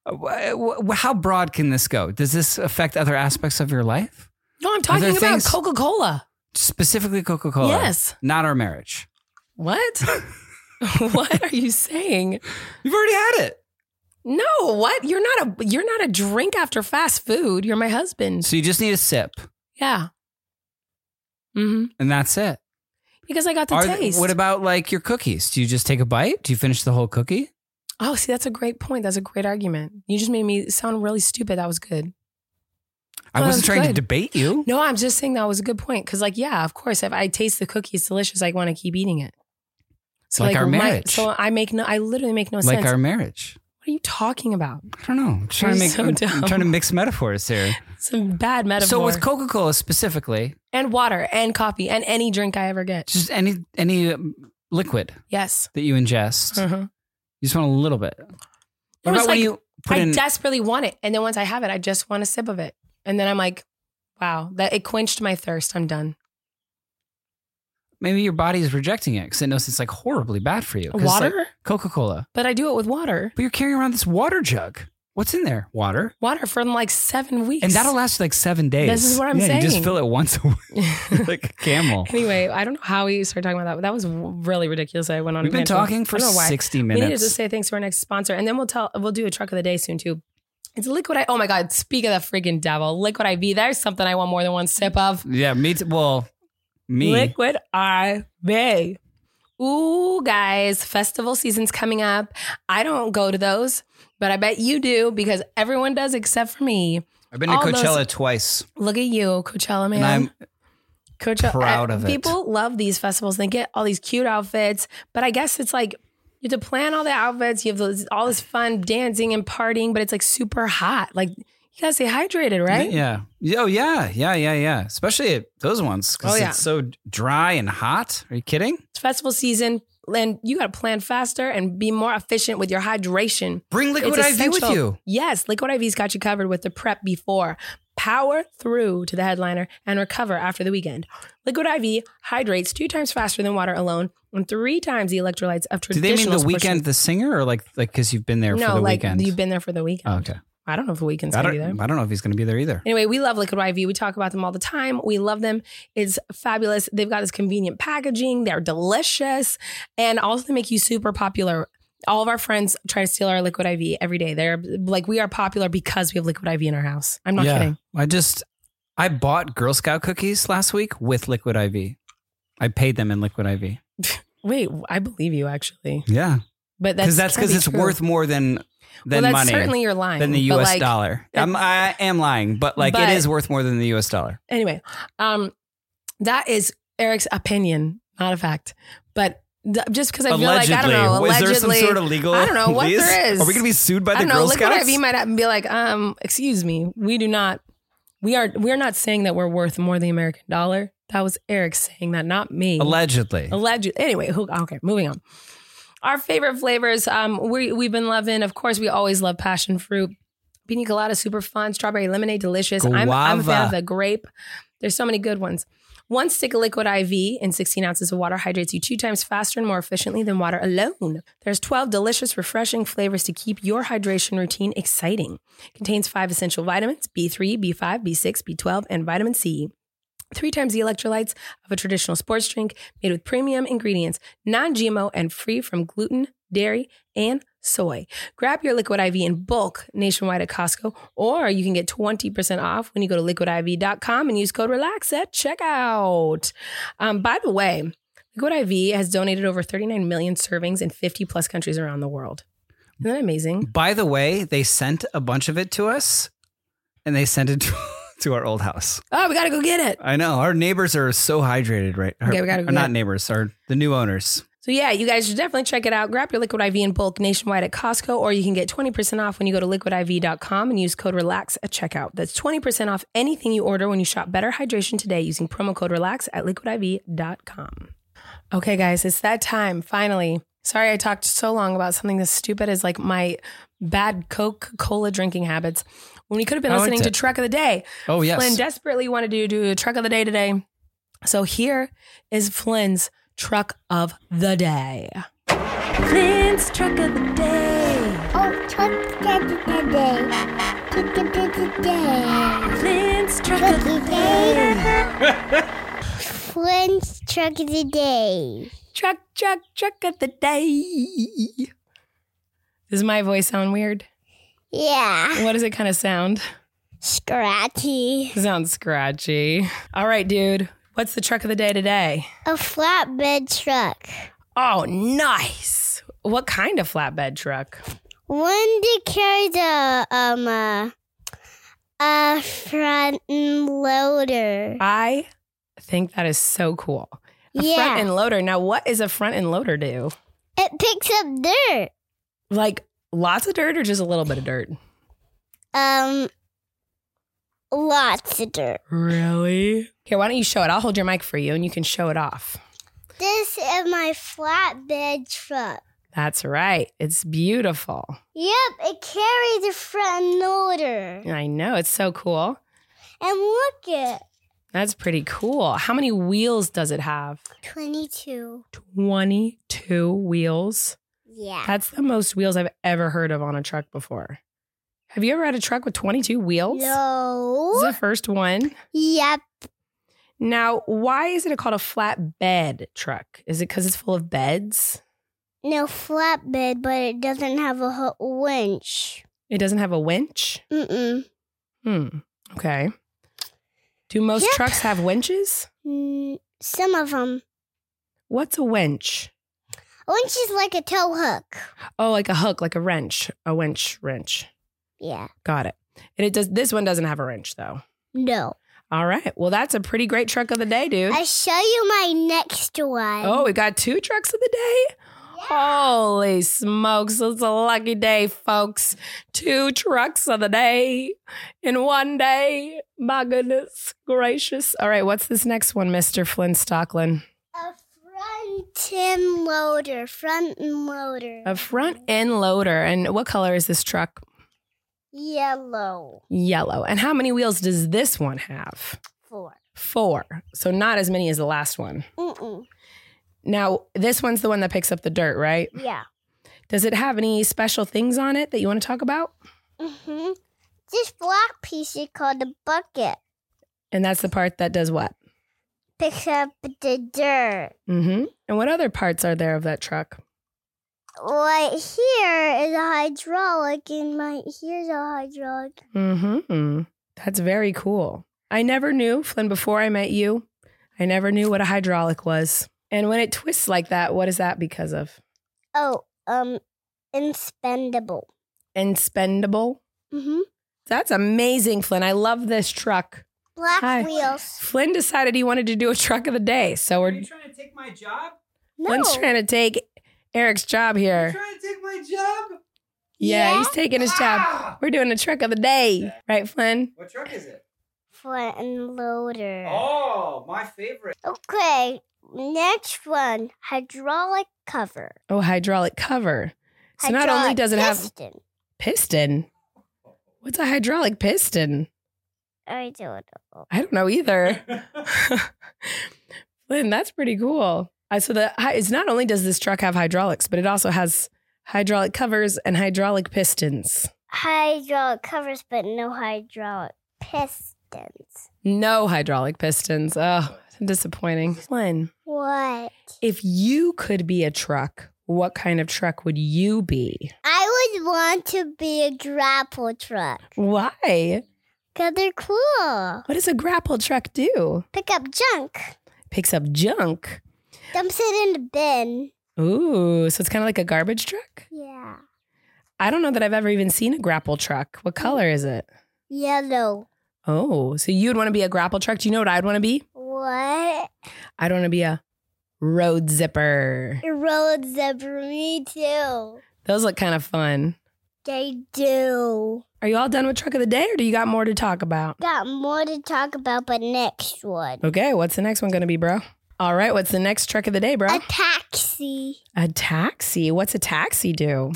uh, how broad can this go? Does this affect other aspects of your life?
No, I'm
Are there
talking about
things-
Coca Cola.
Specifically, Coca Cola.
Yes.
Not our marriage. [LAUGHS]
What? [LAUGHS] what are you saying?
You've already had it.
No, what? You're not a you're not a drink after fast food. You're my husband.
So you just need a sip,
Yeah. Mm-hmm.
and that's it.
Because I got the
Are th-
taste.
what about like your cookies? Do you just take a bite? Do you finish the whole cookie?
Oh, see, that's a great point. That's a great argument. You just made me sound really stupid. That was good.
I
Well,
wasn't
it's
trying to
good.
debate you.
No, I'm just saying that was a good point. Cause like, yeah, of course, if I taste the cookie, it's delicious. I want to keep eating it. So
Like our
my-
marriage.
so I make no, I literally make no
like
sense.
our marriage.
what are you talking about?
I don't know. I'm trying to
You're
make
so
I'm- I'm
dumb.
trying to mix metaphors here.
Some bad metaphor.
So with Coca Cola specifically,
and water and coffee and any drink I ever get.
just any any um, liquid
Yes.
that you ingest,
Uh-huh.
you just want a little bit. What
was
about when
like,
you put
I
in?
desperately want it, and then once I have it, I just want a sip of it, and then I'm like, wow, that it quenched my thirst. I'm done.
maybe your body is rejecting it because it knows it's like horribly bad for you. 'Cause it's
Water,
like Coca Cola,
but I do it with water.
but you're carrying around this water jug. What's in there? Water,
Water for like seven weeks,
and
[LAUGHS]
that'll last you like seven days.
This is what I'm
yeah, You just
saying.
fill it once a
[LAUGHS]
week like a camel.
anyway, I don't know how we started talking about that, but that was really ridiculous. I went on.
We've
a
been
tangent.
talking for
I don't know why.
sixty
We needed to
minutes.
say thanks to our next sponsor, and then we'll tell we'll do a truck of the day soon too. It's liquid. I, oh my god! Speak of the freaking devil, liquid IV. There's something I want more than one sip of.
Yeah, me. Too. Well, me.
Liquid IV. Ooh, guys, festival season's coming up. I don't go to those, but I bet you do because everyone does except for me.
I've been to
all those-
Coachella twice,
Look at you, Coachella man.
and I'm
Coachella.
proud of it.
People love these festivals. They get all these cute outfits, but I guess it's like you have to plan all the outfits. You have those, all this fun dancing and partying, but it's like super hot. Like you gotta stay hydrated, right?
Yeah. Yeah, Oh, yeah. Yeah. Yeah. Yeah. Especially at those ones because
Oh, yeah.
it's so dry and hot. Are you kidding?
It's festival season, and you gotta plan faster and be more efficient with your hydration.
Bring liquid
It's
IV with
essential.
you.
Yes, Liquid IV's got you covered with the prep before. Power through to the headliner and recover after the weekend. Liquid IV hydrates two times faster than water alone and three times the electrolytes of
Do
traditional.
they mean the
sports
weekend,
drinks.
the singer, or like like because you've been there
no,
for the
like
weekend?
you've been there for the weekend.
Oh, okay.
I don't know if the weekend's
I
gonna be there.
don't, I don't know if he's going to be there either.
Anyway, we love Liquid IV. We talk about them all the time. We love them. It's fabulous. They've got this convenient packaging. They're delicious. And also they make you super popular. All of our friends try to steal our Liquid IV every day. They're like, we are popular because we have Liquid IV in our house. I'm not
Yeah.
kidding.
I just I bought Girl Scout cookies last week with liquid IV. I paid them in liquid IV.
Wait, I believe you actually.
Yeah,
But that's
because that's
can't
because
be
it's
true.
worth more than
well,
than
that's
money
certainly you're lying.
than the
but,
U.S.
like,
dollar. I'm, I am lying, but like
But-
it is worth more than the U.S. dollar.
Anyway, um, that is Eric's opinion, not a fact. But th- just because I feel like, I don't know,
Was
allegedly.
there some sort of legal?
I don't know what
lease?
there is.
Are we going to be sued by
I
the
don't know.
Girl
Liquid
Scouts?
IV might have- be like, um, excuse me, we do not, we are, we are not saying that we're worth more than the American dollar. That was Eric saying that, not me.
Allegedly.
Alleged. Anyway, who, okay, moving on. Our favorite flavors, um, we we've been loving. Of course, we always love passion fruit, pina colada, super fun, strawberry lemonade, delicious. I'm, I'm a fan
Guava.
of the grape. There's so many good ones. One stick of liquid IV in 16 ounces of water hydrates you two times faster and more efficiently than water alone. There's 12 delicious, refreshing flavors to keep your hydration routine exciting. Contains five essential vitamins B3, B5, B6, B12, and vitamin C. Three times the electrolytes of a traditional sports drink made with premium ingredients, non GMO, and free from gluten, dairy, and soy. Grab your Liquid IV in bulk nationwide at Costco, or you can get 20% off when you go to liquidiv.com and use code RELAX at checkout. Um, by the way, Liquid IV has donated over 39 million servings in 50 plus countries around the world. Isn't that amazing?
By the way, they sent a bunch of it to us, and they sent it [LAUGHS] to, to our old house.
Oh, we got to go get it.
I know our neighbors are so hydrated, right? Our-
Okay, we gotta
or
go
not
get-
neighbors, are the new owners.
So yeah, you guys should definitely check it out. Grab your Liquid IV in bulk nationwide at Costco, or you can get 20% off when you go to liquidiv.com and use code RELAX at checkout. That's 20% off anything you order when you shop Better Hydration today using promo code RELAX at liquidiv.com. Okay, guys, it's that time, finally. Sorry I talked so long about something as stupid as like my bad Coca-Cola drinking habits when we could have been
I liked
listening to
it.
Truck of the Day.
Oh yes,
Flynn desperately wanted to do a truck of the day today. So here is Flynn's truck of the day.
Clint's truck of the day.
Oh, truck of the day. Truck of the day.
Clint's truck
Truck
of
of
the
the
day.
day. Flynn's truck of the day.
Truck, truck, truck of the day. Does my voice sound weird?
Yeah.
What does it kind of sound?
Scratchy.
It sounds scratchy. All right, dude. What's the truck of the day today?
A flatbed truck.
Oh, nice. What kind of flatbed truck?
One that carries a um a, a front end loader.
I think that is so cool. A
yeah,
front end loader. Now, what is a front end loader do?
it picks up dirt.
Like lots of dirt or just a little bit of dirt?
Um, lots of dirt.
Really? Here, why don't you show it? I'll hold your mic for you and you can show it off.
This is my flatbed truck.
That's right. It's beautiful.
Yep, it carries a front end loader.
I know. It's so cool.
And look it,
That's pretty cool. How many wheels does it have?
twenty two.
22 wheels.
Yeah.
That's the most wheels I've ever heard of on a truck before. Have you ever had a truck with 22 wheels? This is
No.
the first one.
Yep.
Now, why is it called a flatbed truck? Is it because it's full of beds?
No flatbed, but it doesn't have a hook winch.
It doesn't have a winch?
Mm-mm.
Hmm. Okay. Do most
Yep.
trucks have winches?
Mm, Some of them.
What's a winch?
A winch is like a tow hook.
Oh, like a hook, like a wrench, a winch wrench.
Yeah.
Got it. And it does. This one doesn't have a wrench though.
No.
All right. Well, that's a pretty great truck of the day, dude.
I show you my next one.
Oh, we got two trucks of the day. Holy smokes, it's a lucky day, folks. Two trucks of the day in one day. My goodness gracious. All right, what's this next one, Mr. Flynn Stocklin?
A front end loader. Front end loader.
A front end loader. And what color is this truck?
Yellow.
Yellow. And how many wheels does this one have?
Four.
Four. So not as many as the last one.
Mm-mm.
Now, this one's the one that picks up the dirt, right?
Yeah.
Does it have any special things on it that you want to talk about?
Mm-hmm. This black piece is called a bucket.
And that's the part that does what?
Picks up the dirt.
Mm-hmm. And what other parts are there of that truck?
Right here is a hydraulic, and right here's a hydraulic.
Mm-hmm. That's very cool. I never knew, Flynn, before I met you, I never knew what a hydraulic was. And when it twists like that, what is that because of?
Oh, um, inspendable.
Inspendable.
Mm-hmm.
That's amazing, Flynn. I love this truck.
Black
Hi.
wheels.
Flynn decided he wanted to do a truck of the day. So we're
trying to take my job?
No.
Flynn's trying to take Eric's job here.
trying to take my job? Ah!
Yeah,
Yeah.
he's taking his job. We're doing a truck of the day. Right, Flynn?
What truck is it?
Front and loader.
Oh, my favorite.
Okay, next one. Hydraulic cover.
Oh, hydraulic cover. So
hydraulic
not only does it have
piston.
Piston? What's a hydraulic piston?
I don't know.
I don't know either. [LAUGHS] Lynn, that's pretty cool. Uh, so the hy- it's not only does this truck have hydraulics, but it also has hydraulic covers and hydraulic pistons.
Hydraulic covers, but no hydraulic pistons.
No hydraulic pistons. Oh, disappointing. Lynn,
What?
if you could be a truck, what kind of truck would you be?
I would want to be a grapple truck.
Why?
Because they're cool.
What does a grapple truck do?
Pick up junk,
Picks up junk.
dumps it in the bin.
Ooh, so it's kind of like a garbage truck?
Yeah.
I don't know that I've ever even seen a grapple truck. What color is it?
Yellow.
Oh, so you'd want to be a grapple truck. Do you know what I'd want to be?
What?
I'd want to be a road zipper.
Road zebra, me too.
Those look kind of fun.
They do.
Are you all done with truck of the day or do you got more to talk about?
Got more to talk about, but next one.
Okay, what's the next one going to be, bro? All right, what's the next truck of the day, bro?
A taxi
A taxi. What's a taxi do?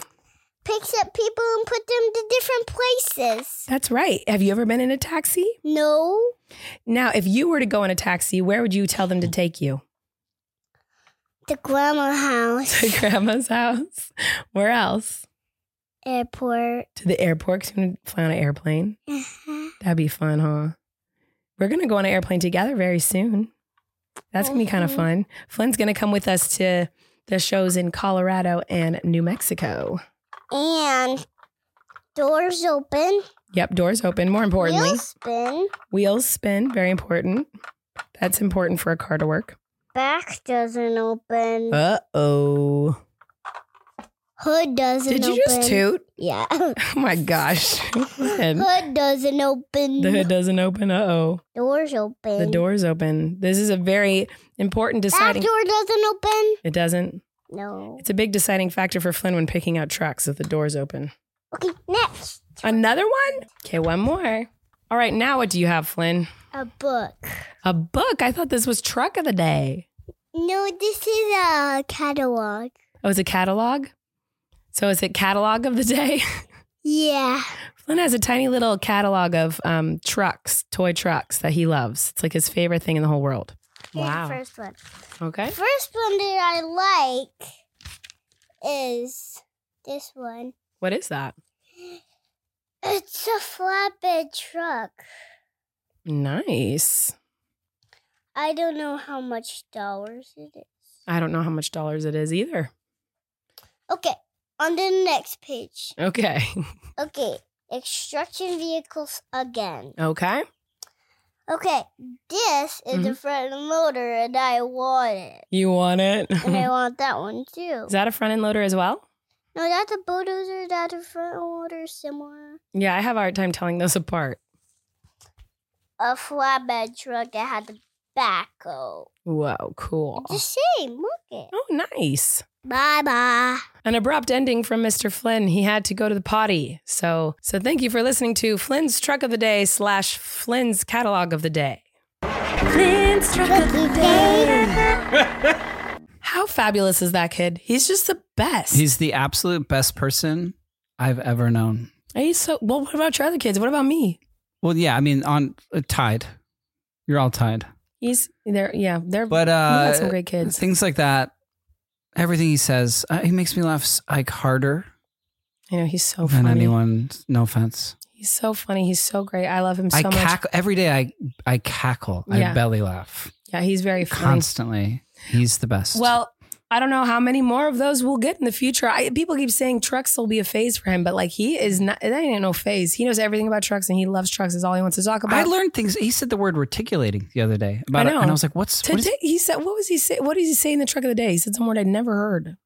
picks up people and put them to different places.
That's right. Have you ever been in a taxi?
No.
Now, if you were to go in a taxi, where would you tell them to take you? [LAUGHS]
The grandma
[LAUGHS]
house.
To grandma's house. Where else?
Airport. [LAUGHS]
To the airport 'cause you want to fly on an airplane. That'd be fun, huh? We're gonna go on an airplane together very soon. That's gonna be kind of
Mhm.
fun. Flynn's gonna come with us to the shows in Colorado and New Mexico.
and doors open.
Yep, doors open. More importantly,
Wheels spin.
wheels spin. Very important. That's important for a car to work.
Back doesn't open.
Uh oh.
Hood doesn't
Did you
open.
just toot? [LAUGHS]
Yeah. [LAUGHS]
Oh my gosh. And
hood doesn't open.
the hood doesn't open. Uh oh.
Doors open.
The door's open. This is a very important
Back
deciding.
door doesn't open.
It doesn't.
No.
It's a big deciding factor for Flynn when picking out trucks if the door's open.
Okay, next.
Another one? Okay, one more. All right, now what do you have, Flynn?
A book.
A book. I thought this was truck of the day.
No, this is a catalog.
Oh, it's a catalog? So is it catalog of the day? [LAUGHS]
Yeah.
Flynn has a tiny little catalog of um, trucks, toy trucks that he loves. It's like his favorite thing in the whole world.
Here's
Wow.
the first one.
Okay.
First one that I like is this one.
What is that?
It's a flatbed truck.
Nice.
I don't know how much dollars it is.
I don't know how much dollars it is either.
Okay, on the next page.
Okay. [LAUGHS]
Okay, extraction vehicles again.
Okay.
Okay, this is
Mm-hmm.
the front end loader, and I want it.
You want it? [LAUGHS]
And I want that one too.
Is that a front end loader as well?
no, that's a bulldozer. That's a front loader, similar.
Yeah, I have a hard time telling those apart.
A flatbed truck that had the backhoe.
Whoa, cool.
The same. Look it.
Oh, nice.
Bye bye.
An abrupt ending from Mr. Flynn. He had to go to the potty. So, so thank you for listening to Flynn's Truck of the Day slash Flynn's Catalog of the Day.
Flynn's truck of the day.
How fabulous is that kid? He's just the best.
[LAUGHS] He's the absolute best person I've ever known.
He's so well. What about your other kids? What about me?
Well, yeah, I mean, on uh, tied. You're all tied.
He's there. Yeah, they're
But
we
uh,
got some great kids.
things like that, everything he says, uh, he makes me laugh s- like harder
I know he's so
than
funny.
anyone. No offense.
He's so funny. He's so great. I love him so
I
much.
cackle every day. I I cackle.
Yeah.
I belly laugh
yeah, he's very funny.
constantly. He's the best.
Well, I don't know how many more of those we'll get in the future. I, people keep saying trucks will be a phase for him, but like he is not. That ain't no phase. He knows everything about trucks and he loves trucks. Is all he wants to talk about.
I learned things. He said the word reticulating the other day about
I
it, and
know.
I was like, "What's?" What is,
Today he said, "What was he say? What did he say in the truck of the day?" He said some word I'd never
[LAUGHS]
heard.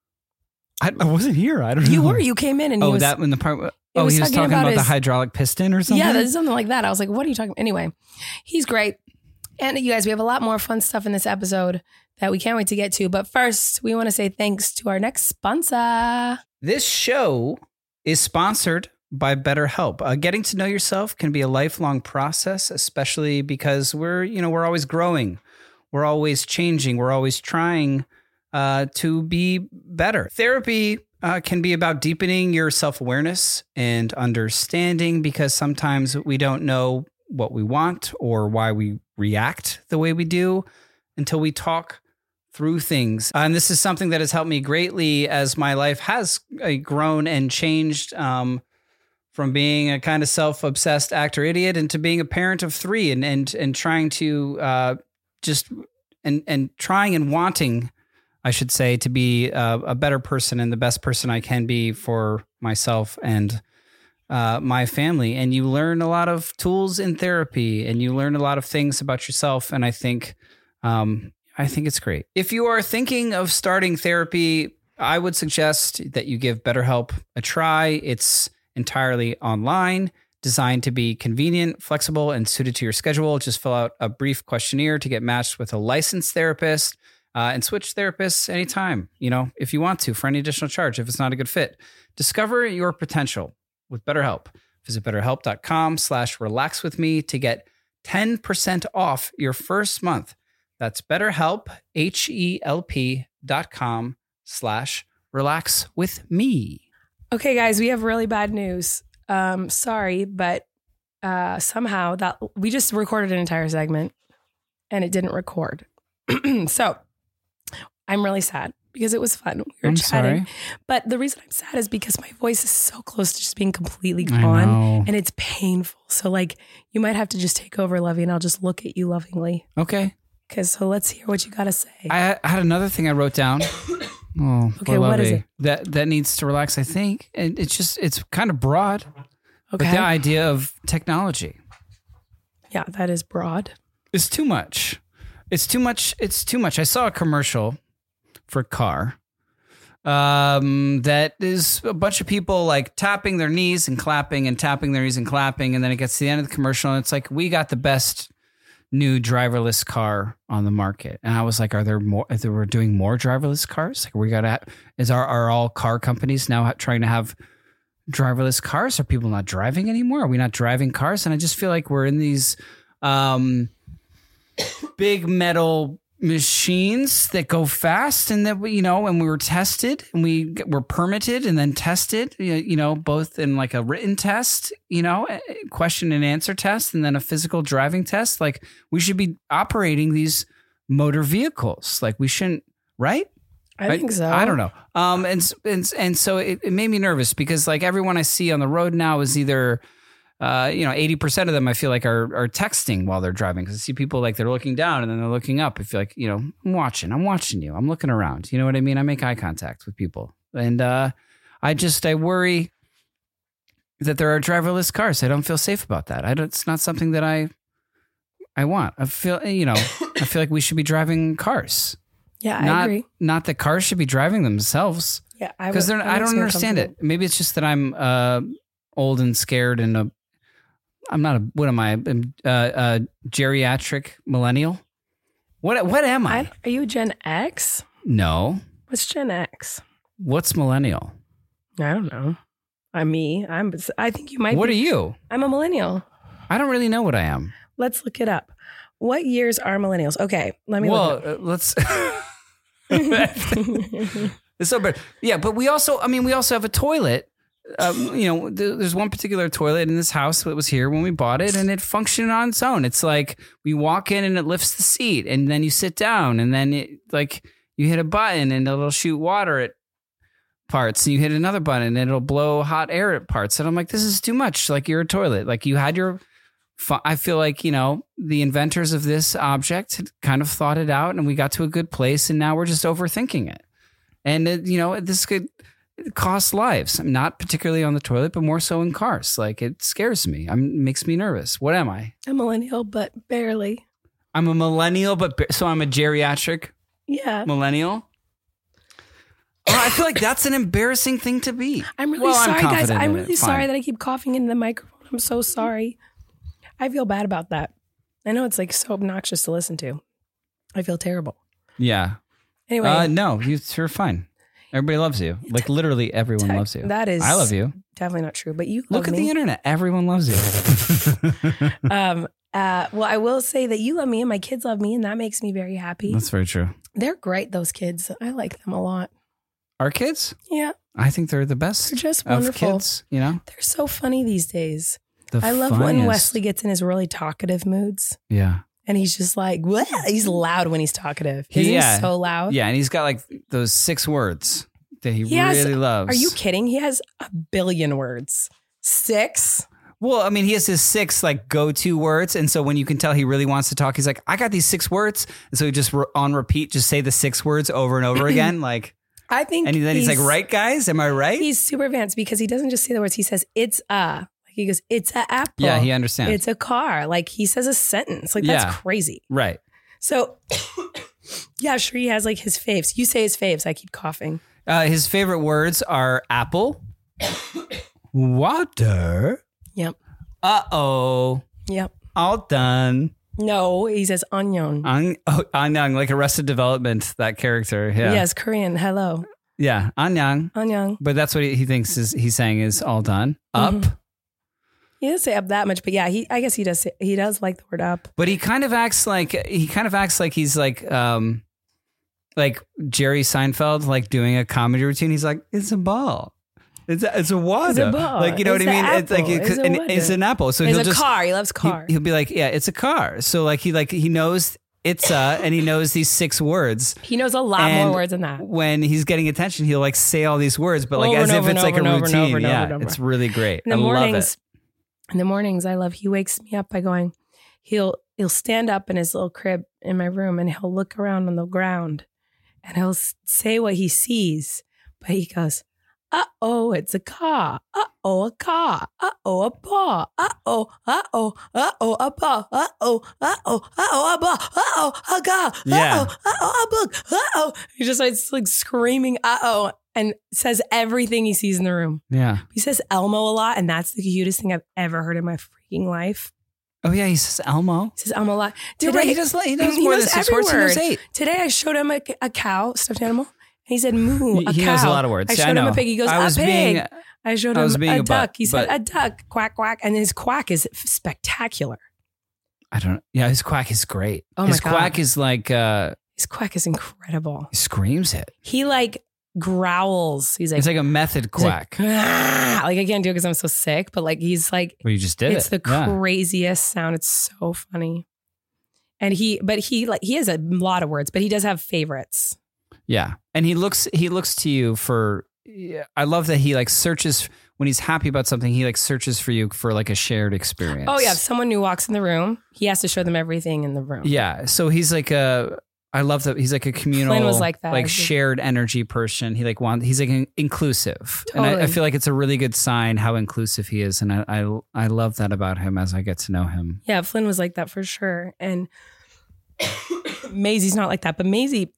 I, I wasn't here. I don't know.
You were. You came in and
oh,
he was,
that in the part. where- Oh,
was
he was
talking
talking
about
about, the
his-
hydraulic piston or something.
Yeah, that's something like that. I was like, what are you talking Anyway, he's great. And you guys, we have a lot more fun stuff in this episode that we can't wait to get to. But first, we want to say thanks to our next sponsor.
This show is sponsored by BetterHelp. Uh, getting to know yourself can be a lifelong process, especially because we're you know we're always growing, we're always changing, we're always trying uh, to be better. Therapy uh, can be about deepening your self awareness and understanding because sometimes we don't know what we want or why we react the way we do until we talk through things. Uh, And this is something that has helped me greatly as my life has uh, grown and changed um, from being a kind of self obsessed actor idiot into being a parent of three and, and, and trying to uh, just and, and trying and wanting, I should say, to be uh, a better person and the best person I can be for myself and uh, my family. And you learn a lot of tools in therapy and you learn a lot of things about yourself. And I think um, I think it's great. If you are thinking of starting therapy, I would suggest that you give BetterHelp a try. It's entirely online, designed to be convenient, flexible, and suited to your schedule. Just fill out a brief questionnaire to get matched with a licensed therapist uh, and switch therapists anytime, you know, if you want to for any additional charge, if it's not a good fit. Discover your potential with BetterHelp. Visit betterhelp.com slash relax with me to get 10% off your first month. That's BetterHelp, H-E-L-P dot com slash relax with me.
Okay, guys, we have really bad news. Um, sorry, but uh, somehow that we just recorded an entire segment and it didn't record. [CLEARS THROAT] so I'm really sad because it was fun. We were chatting. But the reason I'm sad is because my voice is so close to just being completely gone.
know.
and it's painful. So like you might have to just take over, Lovey, and I'll just look at you lovingly.
Okay.
Cause so let's hear what you gotta say.
I I had another thing I
[COUGHS]
wrote down. Oh,
Okay,
poor
what is
Lovey.
it?
That that needs to relax, I think. And it's just it's kind of broad.
okay.
But the idea of technology
yeah, that is broad.
is too much. It's too much. It's too much. I saw a commercial for a car. um, that is a bunch of people like tapping their knees and clapping and tapping their knees and clapping. And then it gets to the end of the commercial and it's like, we got the best new driverless car on the market. And I was like, are there more, if we're doing more driverless cars? Like we got to, is our, are all car companies now ha- trying to have driverless cars? Are people not driving anymore? Are we not driving cars? And I just feel like we're in these, um, big metal machines that go fast and that we, you know, and we were tested and we g- were permitted and then tested, y- you know, both in like a written test, you know, a- a question and answer test, and then a physical driving test. Like we should be operating these motor vehicles. Like we shouldn't, right?
I
Right?
think so.
I don't know. Um, and s- and s- and so it, it made me nervous because like everyone I see on the road now is either, uh, you know, eighty percent of them I feel like are are texting while they're driving because I see people like they're looking down and then they're looking up. I feel like you know I'm watching, I'm watching you, I'm looking around. You know what I mean? I make eye contact with people, and uh, I just I worry that there are driverless cars. I don't feel safe about that. I don't, it's not something that I I want. I feel you know I feel like we should be driving cars
Yeah,
not
I agree.
not that cars should be driving themselves
Yeah,
because
would-
they're I,
wouldn't
don't
feel
understand it.
comfortable.
Maybe it's just that I'm uh, old and scared and a I'm not a what am I I'm, uh, a geriatric millennial? What what am I?
I, are you Gen X?
no.
What's Gen X?
What's millennial?
I don't know. I'm me. I'm. I think you might.
what
be.
are you?
I'm a millennial.
I don't really know what I am.
Let's look it up. What years are millennials? Okay, let me.
well,
look
uh, let's.
[LAUGHS]
[LAUGHS]
it up.
It's so bad. Yeah, but we also, I mean, we also have a toilet. Um, you know, th- there's one particular toilet in this house that was here when we bought it, and it functioned on its own. It's like we walk in and it lifts the seat, and then you sit down, and then it like you hit a button and it'll shoot water at parts, and you hit another button and it'll blow hot air at parts. And I'm like, this is too much. Like you're a toilet. Like you had your. fu- I feel like you know the inventors of this object had kind of thought it out, and we got to a good place, and now we're just overthinking it. And it, you know, this could cost lives. I'm not particularly on the toilet, but more so in cars. Like it scares me. I'm makes me nervous. What am I?
a millennial, but barely.
I'm a millennial, but ba- so I'm a geriatric
Yeah,
millennial. Well, I feel like that's an embarrassing thing to be.
I'm really
Well, I'm
sorry, guys.
confident
I'm
in
really
it. Fine.
sorry that I keep coughing into the microphone. I'm so sorry. I feel bad about that. I know it's like so obnoxious to listen to. I feel terrible.
Yeah.
Anyway,
Uh, no, you- you're fine. Everybody loves you. Like literally, everyone
tech-
loves you.
That is,
I love you.
Definitely not true, but you love
Look at the
me.
internet. Everyone loves you.
[LAUGHS] um. Uh. Well, I will say that you love me and my kids love me, and that makes [LAUGHS] me very happy.
that's very true.
They're great. Those kids, I like them a lot.
Our kids,
Yeah,
I think they're the best
they're just
of
wonderful.
kids. You know,
They're so funny these days.
The
I love when
funniest.
Wesley gets in his really talkative moods
Yeah.
and he's just like, what? He's loud when he's talkative.
He-
Isn't
yeah.
he so loud?
Yeah, and he's got like those six words that he,
Oh. He has-
really loves.
Are you kidding? He has a billion words. Six.
Well, I mean, he has his six like go-to words, and so when you can tell he really wants to talk, he's like, "I got these six words," and so he just re- on repeat, just say the six words over
[CLEARS THROAT]
and over again, like,
I think.
and then he's, like, "Right, guys, am I right?"
He's super advanced because he doesn't just say the words. He says, it's a. Like he goes, it's a apple.
yeah, he understands.
It's a car. Like he says a sentence. Like
Yeah.
that's crazy.
right.
So, [COUGHS] yeah, sure. He has like his faves. You say his faves. I keep coughing.
Uh, his favorite words are apple, water.
Yep.
Uh oh,
Yep.
all done.
No, he says onion.
An- oh, Anyang, like Arrested Development, that character. Yeah.
Yes, Korean. Hello.
Yeah. Anyang.
Anyang.
But that's what he, he thinks is he's saying is all done up.
Mhm. He doesn't say up that much, but yeah, he I guess he does say, he does like the word up.
But he kind of acts like he kind of acts like he's like um like Jerry Seinfeld like doing a comedy routine. He's like it's a ball. It's a, it's a water.
ball.
Like you know
It's
what I
a
mean? It's like
apple.
it-
It's a
and
water.
it's an apple. So
He's
he'll
a
just
car. He loves car.
He, will be like, yeah, it's a car. So like he like he knows it's a and he knows these six words.
he knows a lot
And
more words than that.
When he's getting attention, he'll like say all these words, but like
Over
as
and
if
over and
it's like a
over and over
routine.
and over and over
yeah,
and over.
it's really great.
In the
I love it.
mornings, in the mornings, I love. He wakes me up by going. He'll he'll stand up in his little crib in my room and he'll look around on the ground, and he'll s- say what he sees, but he goes. Uh oh, it's a car. Uh oh, a car. Uh oh, a paw. Uh oh, uh oh, uh oh, a paw. Uh oh, uh oh, uh oh, a paw. Uh oh, a car. Uh
Yeah.
oh, uh oh, a book. Uh oh. He just starts like screaming, uh oh. and says everything he sees in the room.
Yeah.
He says Elmo a lot, and that's the cutest thing I've ever heard in my freaking life.
Oh yeah, he says Elmo.
He says Elmo a lot.
You're right, he does. He
[LAUGHS]
knows
he
more
knows
than six words. He
every
knows
word.
eight.
Today I showed him a, a cow, stuffed animal, and he said moo. A
[LAUGHS] he
cow.
knows a lot of words.
I
Yeah,
showed him
know.
a pig. He goes
I
a
was
pig.
being
I showed
I was
him
being
a
a
duck.
butt,
he said
but-
a duck, quack quack, and his quack is spectacular.
I don't. Yeah, his quack is great.
Oh my
his
God.
quack is like uh
His quack is incredible.
he screams it.
He like growls. He's like
It's like a method
he's like,
quack.
"Ah." Like, I can't do it because I'm so sick, but like he's like
well, you just did
it's
it.
the craziest sound. It's so funny. And he, but he like he has a lot of words, but he does have favorites.
Yeah. And he looks he looks to you for yeah, I love that he like searches when he's happy about something, he like searches for you for like a shared experience.
Oh yeah, if someone new walks in the room, he has to show them everything in the room.
Yeah. So he's like a I love that he's like a communal
Flynn was like that.
like shared energy person. He like wants he's like in- inclusive. And I, I
Totally.
feel like it's a really good sign how inclusive he is. And I, I I love that about him as I get to know him.
Yeah, Flynn was like that for sure. And [COUGHS] Maisie's not like that, but Maisie,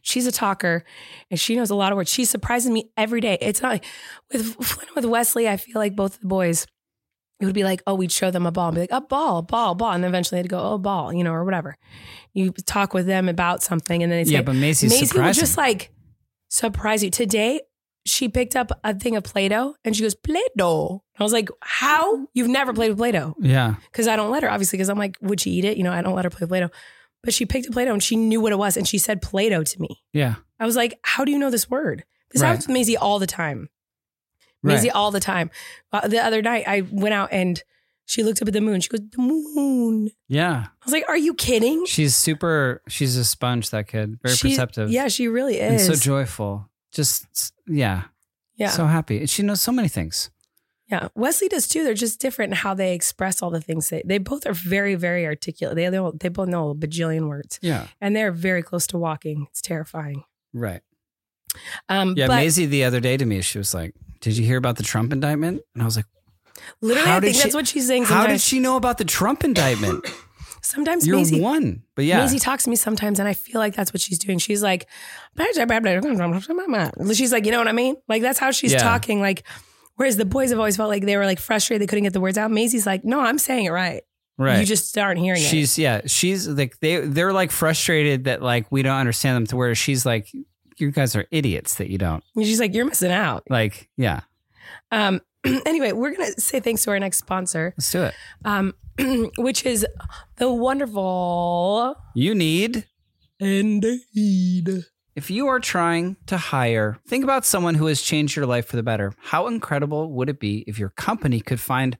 she's a talker and she knows a lot of words. She surprises me every day. It's not like with [LAUGHS] Flynn with Wesley, I feel like both the boys, it would be like, oh, we'd show them a ball and be like, a ball, ball, ball. And eventually they'd go, oh, ball, you know, or whatever. You talk with them about something and then it's
yeah,
like,
but Macy's
Maisie would
surprising.
just like surprise you. Today, she picked up a thing of Play Doh and she goes, Play Doh. I was like, How? You've never played with Play Doh
yeah.
because I don't let her, obviously, because I'm like, would she eat it? You know, I don't let her play with Play-Doh. But she picked a Play-Doh and she knew what it was and she said Play-Doh to me.
Yeah.
I was like, how do you know this word? This
Right.
happens with Maisie all the time.
Right.
Maisie all the time. Uh, the other night I went out and she looked up at the moon. She goes, the moon.
Yeah.
I was like, are you kidding?
She's super she's a sponge, that kid. Very
She-
perceptive.
Yeah, she really
and
is.
so joyful. Just yeah,
yeah.
so happy. And She knows so many things.
yeah. Wesley does too. They're just different in how they express all the things. They, they both are very, very articulate. They, they, they both know a bajillion words
Yeah,
and they're very close to walking. It's terrifying.
right.
Um,
Yeah,
but-
Maisie the other day to me, she was like, "Did you hear about the Trump indictment?" And I was like,
Literally,
How
I
did
think
she-
that's what she's saying.
"How
Sometimes,
did she know about the
[LAUGHS]
Trump indictment?
sometimes
You're
Maisie,
one." But yeah,
Maisie talks to me sometimes, and I feel like that's what she's doing. She's like, she's like, you know what I mean? Like that's how she's
Yeah.
talking. Like, whereas the boys have always felt like they were like frustrated, they couldn't get the words out. Maisie's like, no, I'm saying it right.
right.
You just aren't hearing it.
she's yeah, she's like they they're like frustrated that like we don't understand them to where she's like, "You guys are idiots that you don't
And she's like, you're missing out.
like." Yeah,
Um, [CLEARS THROAT] anyway, we're gonna say thanks to our next sponsor,
let's do it.
um, [CLEARS THROAT] which is the wonderful
You need
Indeed.
If you are trying to hire, think about someone who has changed your life for the better. How incredible would it be if your company could find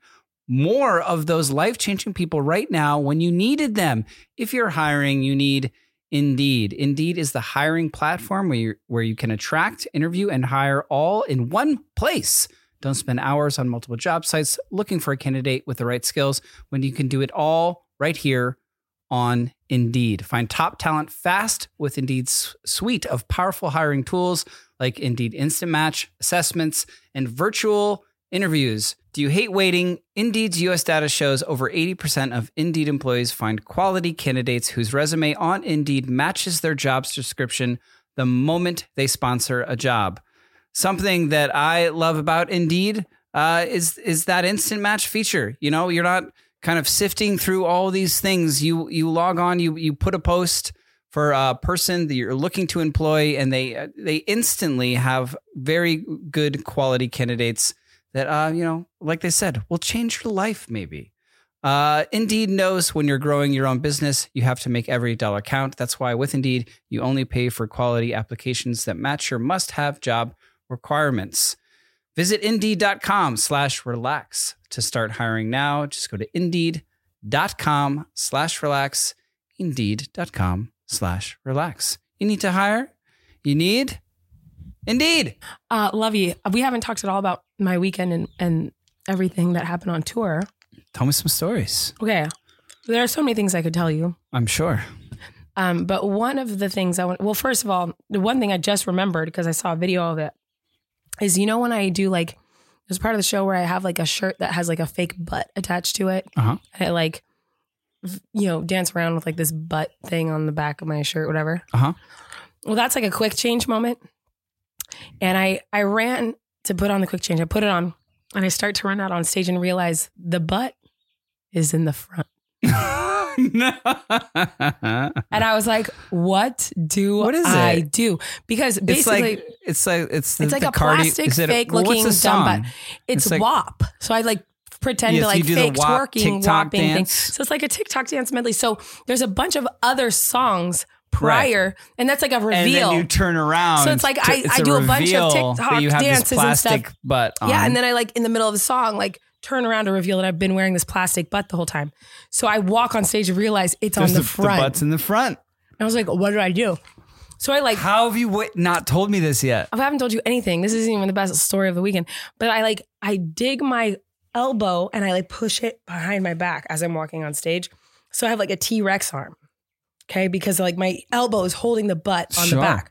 more of those life changing people right now when you needed them? If you're hiring, you need Indeed. Indeed is the hiring platform where you, where you can attract, interview, and hire all in one place. Don't spend hours on multiple job sites looking for a candidate with the right skills when you can do it all right here on Indeed. Find top talent fast with Indeed's suite of powerful hiring tools like Indeed Instant Match, assessments, and virtual interviews. Do you hate waiting? Indeed's US data shows over 80% of Indeed employees find quality candidates whose resume on Indeed matches their job's description the moment they sponsor a job. Something that I love about Indeed uh, is is that instant match feature. You know, you're not kind of sifting through all these things. You you log on, you you put a post for a person that you're looking to employ, and they uh, they instantly have very good quality candidates that uh you know, like they said, will change your life maybe. Uh, Indeed knows when you're growing your own business, you have to make every dollar count. That's why with Indeed, you only pay for quality applications that match your must-have job requirements. Visit indeed.com slash relax to start hiring now. Just go to indeed.com slash relax, indeed.com slash relax. You need to hire? You need? Indeed.
Uh, love you. We haven't talked at all about my weekend and, and everything that happened on tour.
Tell me some stories.
Okay. There are so many things I could tell you.
I'm sure. [LAUGHS]
Um, but one of the things I want, well, first of all, the one thing I just remembered because I saw a video of it is, you know, when I do like, there's part of the show where I have like a shirt that has like a fake butt attached to it.
Uh-huh.
I like, v- you know, dance around with like this butt thing on the back of my shirt, whatever.
Uh-huh.
Well, that's like a quick change moment. And I I ran to put on the quick change. I put it on and I start to run out on stage and realize the butt is in the front. And I was like, what do
What is
I
it?
do? Because
it's
basically
like it's like it's the,
it's like
the
a
cardi-
plastic
is it a-
fake
well,
looking
what's the
dumb
song?
butt. It's,
It's like-
WAP. So I like pretend
Yes,
to
you
like
do the
fake
WAP
twerking,
TikTok
whopping thing.
dance.
So it's like a TikTok dance medley. So there's a bunch of other songs prior, and that's like a
And
reveal.
then you turn around.
So it's like I-
it's
I do a bunch of
reveal that
TikTok
you have
dances
this
and stuff.
plastic butt on.
yeah, and then I like in the middle of the song, like turn around to reveal that I've been wearing this plastic butt the whole time. So I walk on stage and realize it's
There's
on the, front.
The butt's in the front.
And I was like, what did I do? So I like
How have you w- not told me this yet?
I haven't told you anything. This isn't even the best story of the weekend. But I like I dig my elbow and I like push it behind my back as I'm walking on stage. So I have like a T Rex arm. Okay, because like my elbow is holding the butt on
Sure.
the back.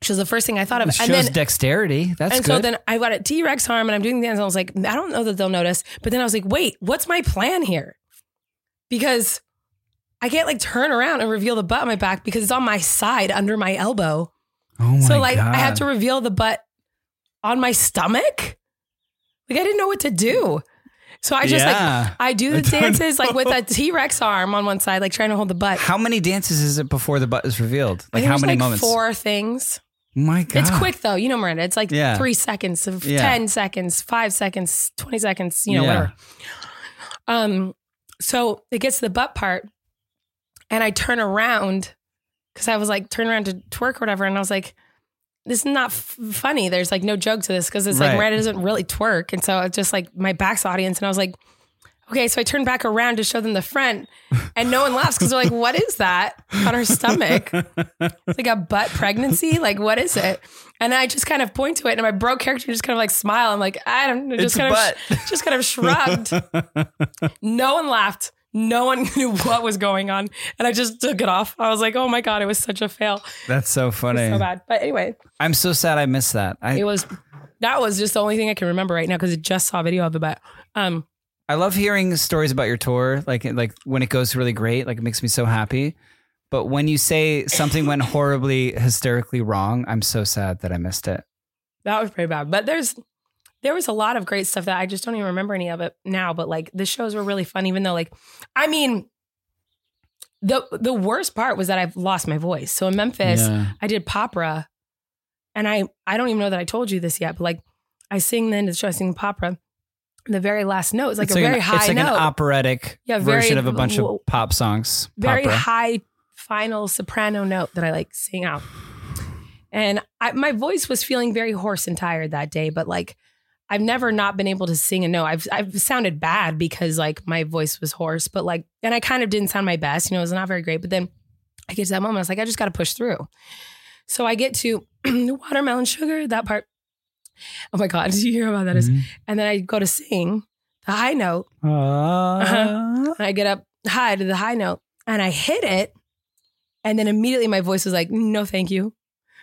Which was the first thing I thought of.
It shows
and then
dexterity. That's
and
good.
so then I've got a T Rex arm and I'm doing the dance. And I was like, I don't know that they'll notice. But then I was like, wait, what's my plan here? Because I can't like turn around and reveal the butt on my back because it's on my side under my elbow
oh my
so like
God.
I had to reveal the butt on my stomach. Like I didn't know what to do. So I just
Yeah.
like I do
[LAUGHS]
the dances like with a T Rex arm on one side, like trying to hold the butt.
How many dances is it before the butt is revealed? [SIGHS] Like
And
how
there's,
many
like,
moments?
Four things.
My God,
It's quick though, you know, Miranda. It's like
Yeah.
three seconds, of
Yeah.
ten seconds, five seconds, twenty seconds, you know,
Yeah.
whatever. Um, so it gets to the butt part, and I turn around because I was like turn around to twerk or whatever, and I was like, "This is not f- funny." There's like no joke to this because it's
Right.
like Miranda doesn't really twerk, and so it's just like my back's audience, and I was like, "Okay." So I turned back around to show them the front, and no one laughs because they're like, "What is that on her stomach?" It's like a butt pregnancy. Like what is it? And I just kind of point to it, and my bro character just kind of like smile. I'm like, I don't know,
It's
just kind of sh- [LAUGHS] just kind of shrugged. No one laughed. No one [LAUGHS] knew what was going on, and I just took it off. I was like, "Oh my god, it was such a fail,
That's so
It
funny.
was so bad." But anyway,
I'm so sad I missed that. I
it was that was just the only thing I can remember right now because I just saw a video of it. But um,
I love hearing stories about your tour. Like like when it goes really great, like it makes me so happy. But when you say something went horribly, hysterically wrong, I'm so sad that I missed it.
that was pretty bad. But there's there was a lot of great stuff that I just don't even remember any of it now. But like the shows were really fun, even though like I mean. The, the worst part was that I've lost my voice. So in Memphis, I did popra, and I I don't even know that I told you this yet, but like I sing the end of the show, I sing popra. The very last note is like
it's
a
like
very
an,
high
it's like
note,
an operatic
Yeah, very
version of a bunch
low-
of pop songs.
very
Opera.
high final soprano note that I like sing out. And I, my voice was feeling very hoarse and tired that day, but like I've never not been able to sing a note. I've I've sounded bad because like my voice was hoarse, but like and I kind of didn't sound my best. You know, it was not very great. But then I get to that moment, I was like, I just got to push through. So I get to [CLEARS THROAT] watermelon sugar that part. Oh my god, [LAUGHS] did you hear about that? Is
Mhm.
and then I go to sing the high note.
Uh,
And I get up high to the high note and I hit it. And then immediately my voice was like, no, thank you.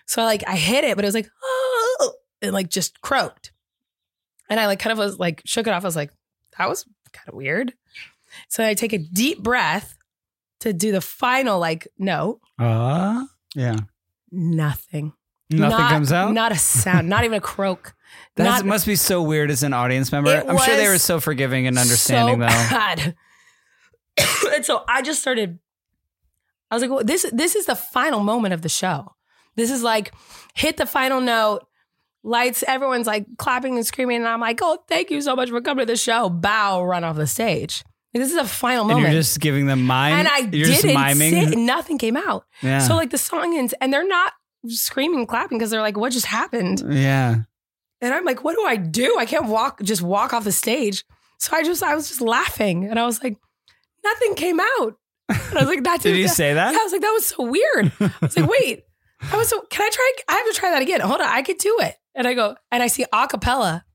So I like, I hit it, but it was like, oh, and like just croaked. And I like kind of was like, shook it off. I was like, that was kind of weird. So I take a deep breath to do the final like note.
uh, yeah.
Nothing.
Nothing
Not-
comes out.
Not a sound, not even a
[LAUGHS]
croak.
that
not-
must be so weird as an audience member.
It
I'm sure they
was
were so forgiving and
[LAUGHS]
understanding
so
though.
bad. [COUGHS] and so I just started. I was like, well, "This this is the final moment of the show. This is like hit the final note." Lights, everyone's like clapping and screaming, and I'm like, "Oh, thank you so much for coming to the show." Bow, run off the stage. Like, this is a final
And
moment,
you're just giving them mime.
and I
you're
didn't.
just miming.
Say, nothing came out.
Yeah.
So like the song ends, and they're not screaming, clapping because they're like, "What just happened?" [LAUGHS]
yeah.
And I'm like, what do I do? I can't walk, just walk off the stage. So I just, I was just laughing and I was like, nothing came out. And I was like, that
[LAUGHS] Did you
that-
say that?
Yeah, I was like, that was so weird. I was like, wait, that was so, can I try? I have to try that again. Hold on, I could do it. And I go, and I see a cappella,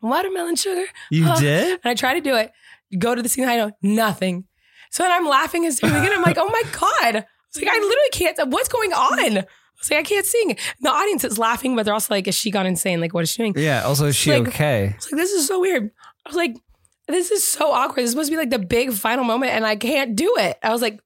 watermelon sugar.
You
Oh.
did?
And I try to do it, go to the scene, I know nothing. So then I'm laughing and doing it again. I'm like, oh my God. I was like, I literally can't, what's going on? I was like, I can't sing. And the audience is laughing, but they're also like, is she gone insane? Like, what is she doing?
Yeah. Also, is she
like-
okay?
I was like, this is so weird. I was like, this is so awkward. This must be like the big final moment, and I can't do it. I was like,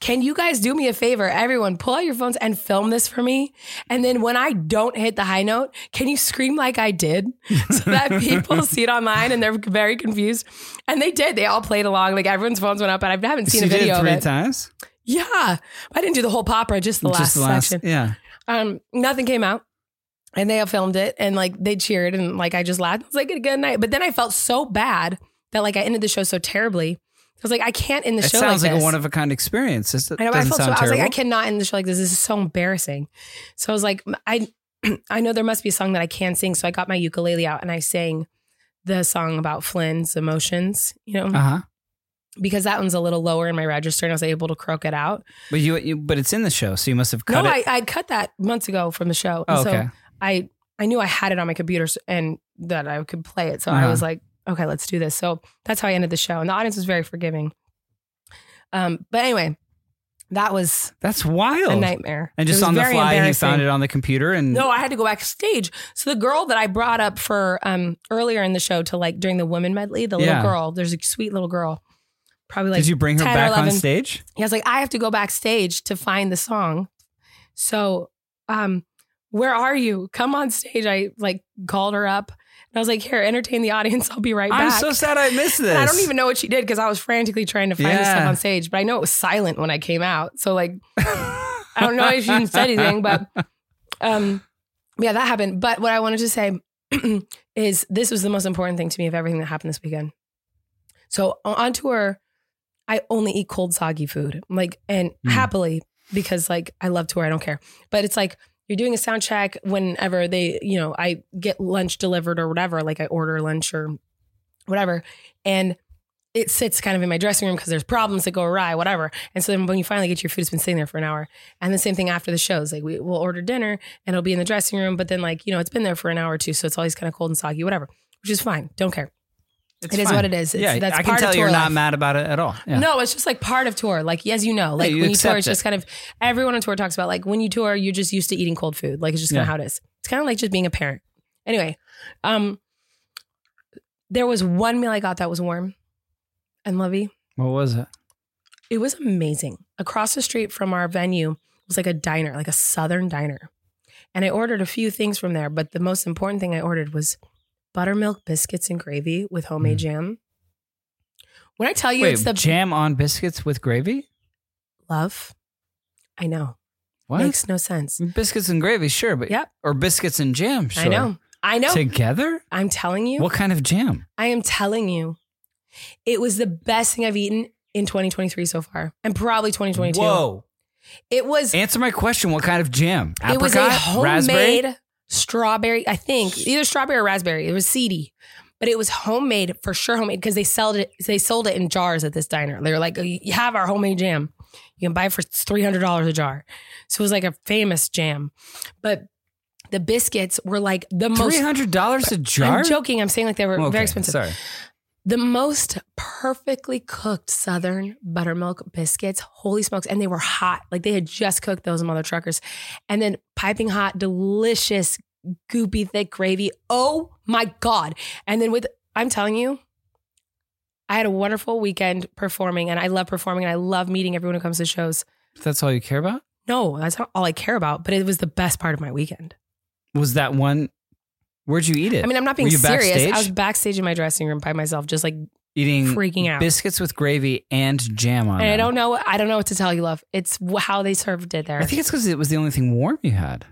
Can you guys do me a favor? Everyone, pull out your phones and film this for me. And then when I don't hit the high note, can you scream like I did [LAUGHS] so that
[LAUGHS]
people see it online and they're very confused? And they did. They all played along. Like everyone's phones went up, and I haven't seen
So
a
you did
video
it three
of it.
times.
Yeah. I didn't do the whole pop opera, just the last
Just the last,
section.
yeah.
Um, nothing came out. And they all filmed it and like they cheered and like I just laughed. It was like a good night. But then I felt so bad that like I ended the show so terribly. I was like, I can't end the
It
show
sounds
like
like,
this.
a one of a kind experience. This
I know. I
doesn't
felt so.
sound
I was like,
terrible.
I cannot end the show like this. This is so embarrassing. So I was like, I, [CLEARS THROAT] I know there must be a song that I can sing. So I got my ukulele out and I sang the song about Flynn's emotions. You know,
Uh huh.
because that one's a little lower in my register, and I was able to croak it out.
But you, you, but it's in the show, so you must have cut
no,
it.
I I cut that months ago from the show.
oh,
And so
okay.
I I knew I had it on my computer s- and that I could play it. So I
Uh-huh.
was like, okay, let's do this. So that's how I ended the show, and the audience was very forgiving. Um, but anyway, that was
That's
a
wild.
nightmare.
And just on the fly, he found it on the computer, and
No, I had to go backstage. So the girl that I brought up for um earlier in the show to like during the women medley, the
Yeah.
little girl, there's a sweet little girl, probably like
did you bring her
10 or
back on
11.
stage?
he was like, I have to go backstage to find the song. So, um, where are you? Come on stage. I like called her up and I was like, here, entertain the audience. I'll be right
I'm
back.
so sad I missed this.
And I don't even know what she did because I was frantically trying to find the stuff
Yeah.
on stage, but I know it was silent when I came out. So like, I don't know if she even said anything, but um, yeah, that happened. But what I wanted to say [CLEARS THROAT] is this was the most important thing to me of everything that happened this weekend. So on- on tour, I only eat cold soggy food, like and
Mm.
happily because like I love tour, I don't care. But it's like you're doing a sound check whenever they, you know, I get lunch delivered or whatever, like I order lunch or whatever, and it sits kind of in my dressing room because there's problems that go awry, whatever. And so then when you finally get your food, it's been sitting there for an hour. And the same thing after the shows, like we will order dinner and it'll be in the dressing room, but then like you know it's been there for an hour or two, so it's always kind of cold and soggy, whatever, which is fine. Don't care.
It's
It's
fine.
what it is. It's,
yeah,
that's
I can
part
tell
of tour
you're not
life.
mad about it at all. Yeah.
No, it's just like part of tour. Like, as you know, like
you
when you tour,
accept
it's just
it.
kind of everyone on tour talks about like when you tour, you're just used to eating cold food. Like it's just kind
Yeah.
of how it is. It's kind of like just being a parent. Anyway, um, there was one meal I got that was warm and lovey.
What was it?
It was amazing. Across the street from our venue was like a diner, like a southern diner. And I ordered a few things from there, but the most important thing I ordered was buttermilk biscuits and gravy with homemade jam. When I tell you
Mm. Wait,
it's the
jam on biscuits with gravy?
love, I know.
What?
Makes no sense.
biscuits and gravy, sure, but
Yep.
or biscuits and jam, sure.
I know. I know.
Together?
I'm telling you.
What kind of jam?
I am telling you. It was the best thing I've eaten in 2023 so far. And probably 2022.
Whoa.
It was
Answer my question. What kind of jam?
It was
Apricot?
a homemade
Raspberry?
strawberry, I think, either strawberry or raspberry. It was seedy, but it was homemade for sure, homemade because they sold it. They sold it in jars at this diner. They were like, "Oh, "You have our homemade jam. You can buy it for three hundred dollars a jar." So it was like a famous jam, but the biscuits were like the most.
$300 a jar?
I'm joking. I'm saying like they were
Okay,
very expensive.
Sorry.
The most perfectly cooked Southern buttermilk biscuits. Holy smokes. And they were hot. Like they had just cooked those mother truckers. And then piping hot, delicious, goopy, thick gravy. Oh my God. And then with, I'm telling you, I had a wonderful weekend performing and I love performing and I love meeting everyone who comes to shows.
That's all you care about?
No, that's not all I care about, but it was the best part of my weekend.
Was that one? Where'd you eat it?
I mean, I'm not being
Were you
serious.
backstage?
I was backstage in my dressing room by myself, just like
eating
freaking out.
biscuits with gravy and jam on
And I
them.
don't know. I don't know what to tell you, love. It's wh- how they served it there.
I think it's because it was the only thing warm you had.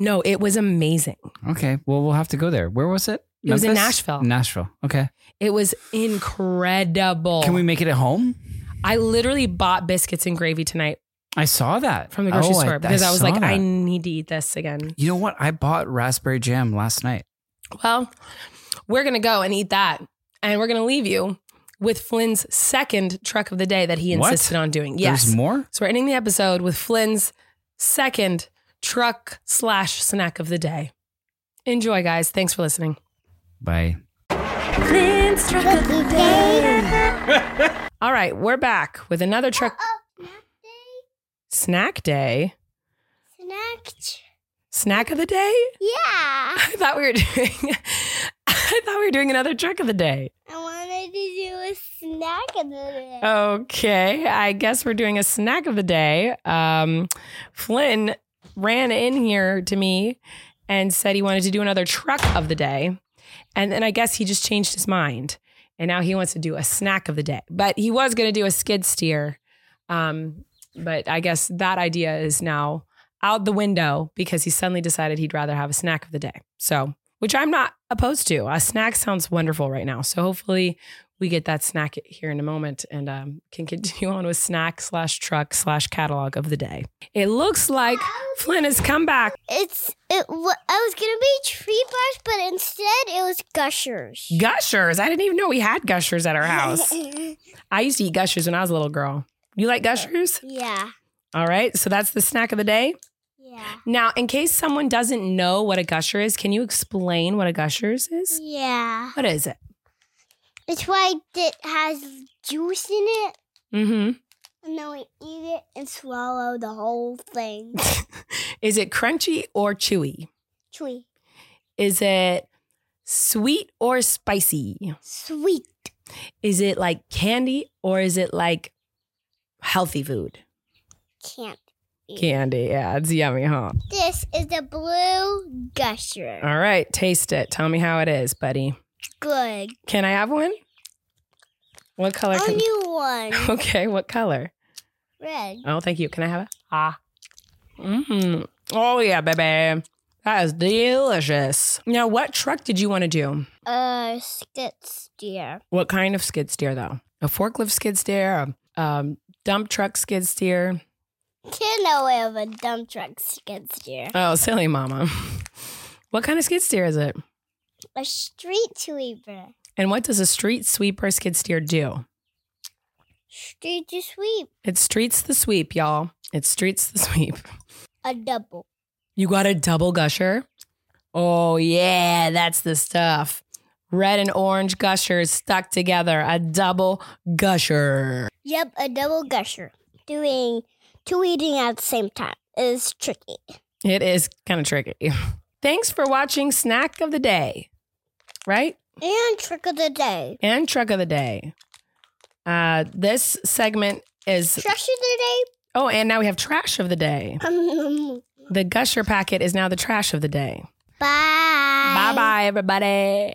no, it was amazing.
Okay. Well, we'll have to go there. Where was it?
It was in
Memphis?
Nashville.
Nashville. Okay.
It was incredible.
Can we make it at home?
I literally bought biscuits and gravy tonight
I saw that
from the grocery
Oh,
store because I, was
saw
like, I
that.
need to eat this again.
You know what? I bought raspberry jam last night.
Well, we're gonna go and eat that, and we're gonna leave you with Flynn's second truck of the day that he
What?
insisted on doing. Yes.
There's more.
so we're ending the episode with Flynn's second truck slash snack of the day. Enjoy, guys. Thanks for listening.
Bye.
Clint struck a good day.
All right, we're back with another truck
Snack day?
snack day.
Snack? ch-
Snack of the day? [LAUGHS]
Yeah.
I thought we were doing I thought we were doing another trick of the day.
I want to to do a snack of the day.
Uh, Okay, I guess we're doing a snack of the day. Um, Flynn ran in here to me and said he wanted to do another truck of the day. And then I guess he just changed his mind. And now he wants to do a snack of the day. But he was going to do a skid steer. Um, but I guess that idea is now out the window because he suddenly decided he'd rather have a snack of the day. So, which I'm not opposed to. A snack sounds wonderful right now. So hopefully we get that snack here in a moment and um, can continue on with snack slash truck slash catalog of the day. It looks like Flynn has come back.
It's it. wa- I was gonna be tree bars, but instead it was gushers.
Gushers. I didn't even know we had gushers at our house. I used to eat gushers when I was a little girl. You like gushers?
[LAUGHS] yeah,
All right. So that's the snack of the day.
yeah,
Now, in case someone doesn't know what a gusher is, can you explain what a gushers is?
yeah.
What is it?
It's why it has juice in it,
Mm-hmm.
and then we eat it and swallow the
[LAUGHS]
whole thing.
Is it crunchy or chewy?
Chewy,
Is it sweet or spicy?
sweet,
Is it like candy or is it like healthy food?
can't. eat.
Candy. Yeah, it's yummy, huh?
This is the blue gusher.
All right, taste it. Tell me how it is, buddy.
Good.
Can I have one? What color?
A
Can-
new one.
[LAUGHS] okay, what color?
Red.
Oh, thank you. Can I have it? Ah. Mm-hmm. Oh, yeah, baby. That is delicious. Now, what truck did you want to do?
Uh, skid steer.
What kind of skid steer, though? A forklift skid steer, a um, dump truck skid steer.
Can't know we have a dump truck skid steer.
Oh, [LAUGHS] silly mama. What kind of skid steer is it?
A street sweeper.
And what does a street sweeper skid steer do?
Street to sweep.
It streets the sweep, y'all. It streets the sweep.
A double.
You got a double gusher? Oh, yeah, that's the stuff. Red and orange gushers stuck together, a double gusher.
Yep, a double gusher. Doing two eating at the same time is tricky.
It is kind of tricky. [LAUGHS] Thanks for watching Snack of the Day, right?
And trick of the day.
And Truck of the Day. Uh, this segment is,
Trash of the day.
oh, and now we have Trash of the Day.
Um,
The gusher packet is now the trash of the day.
[LAUGHS] bye.
Bye bye, everybody.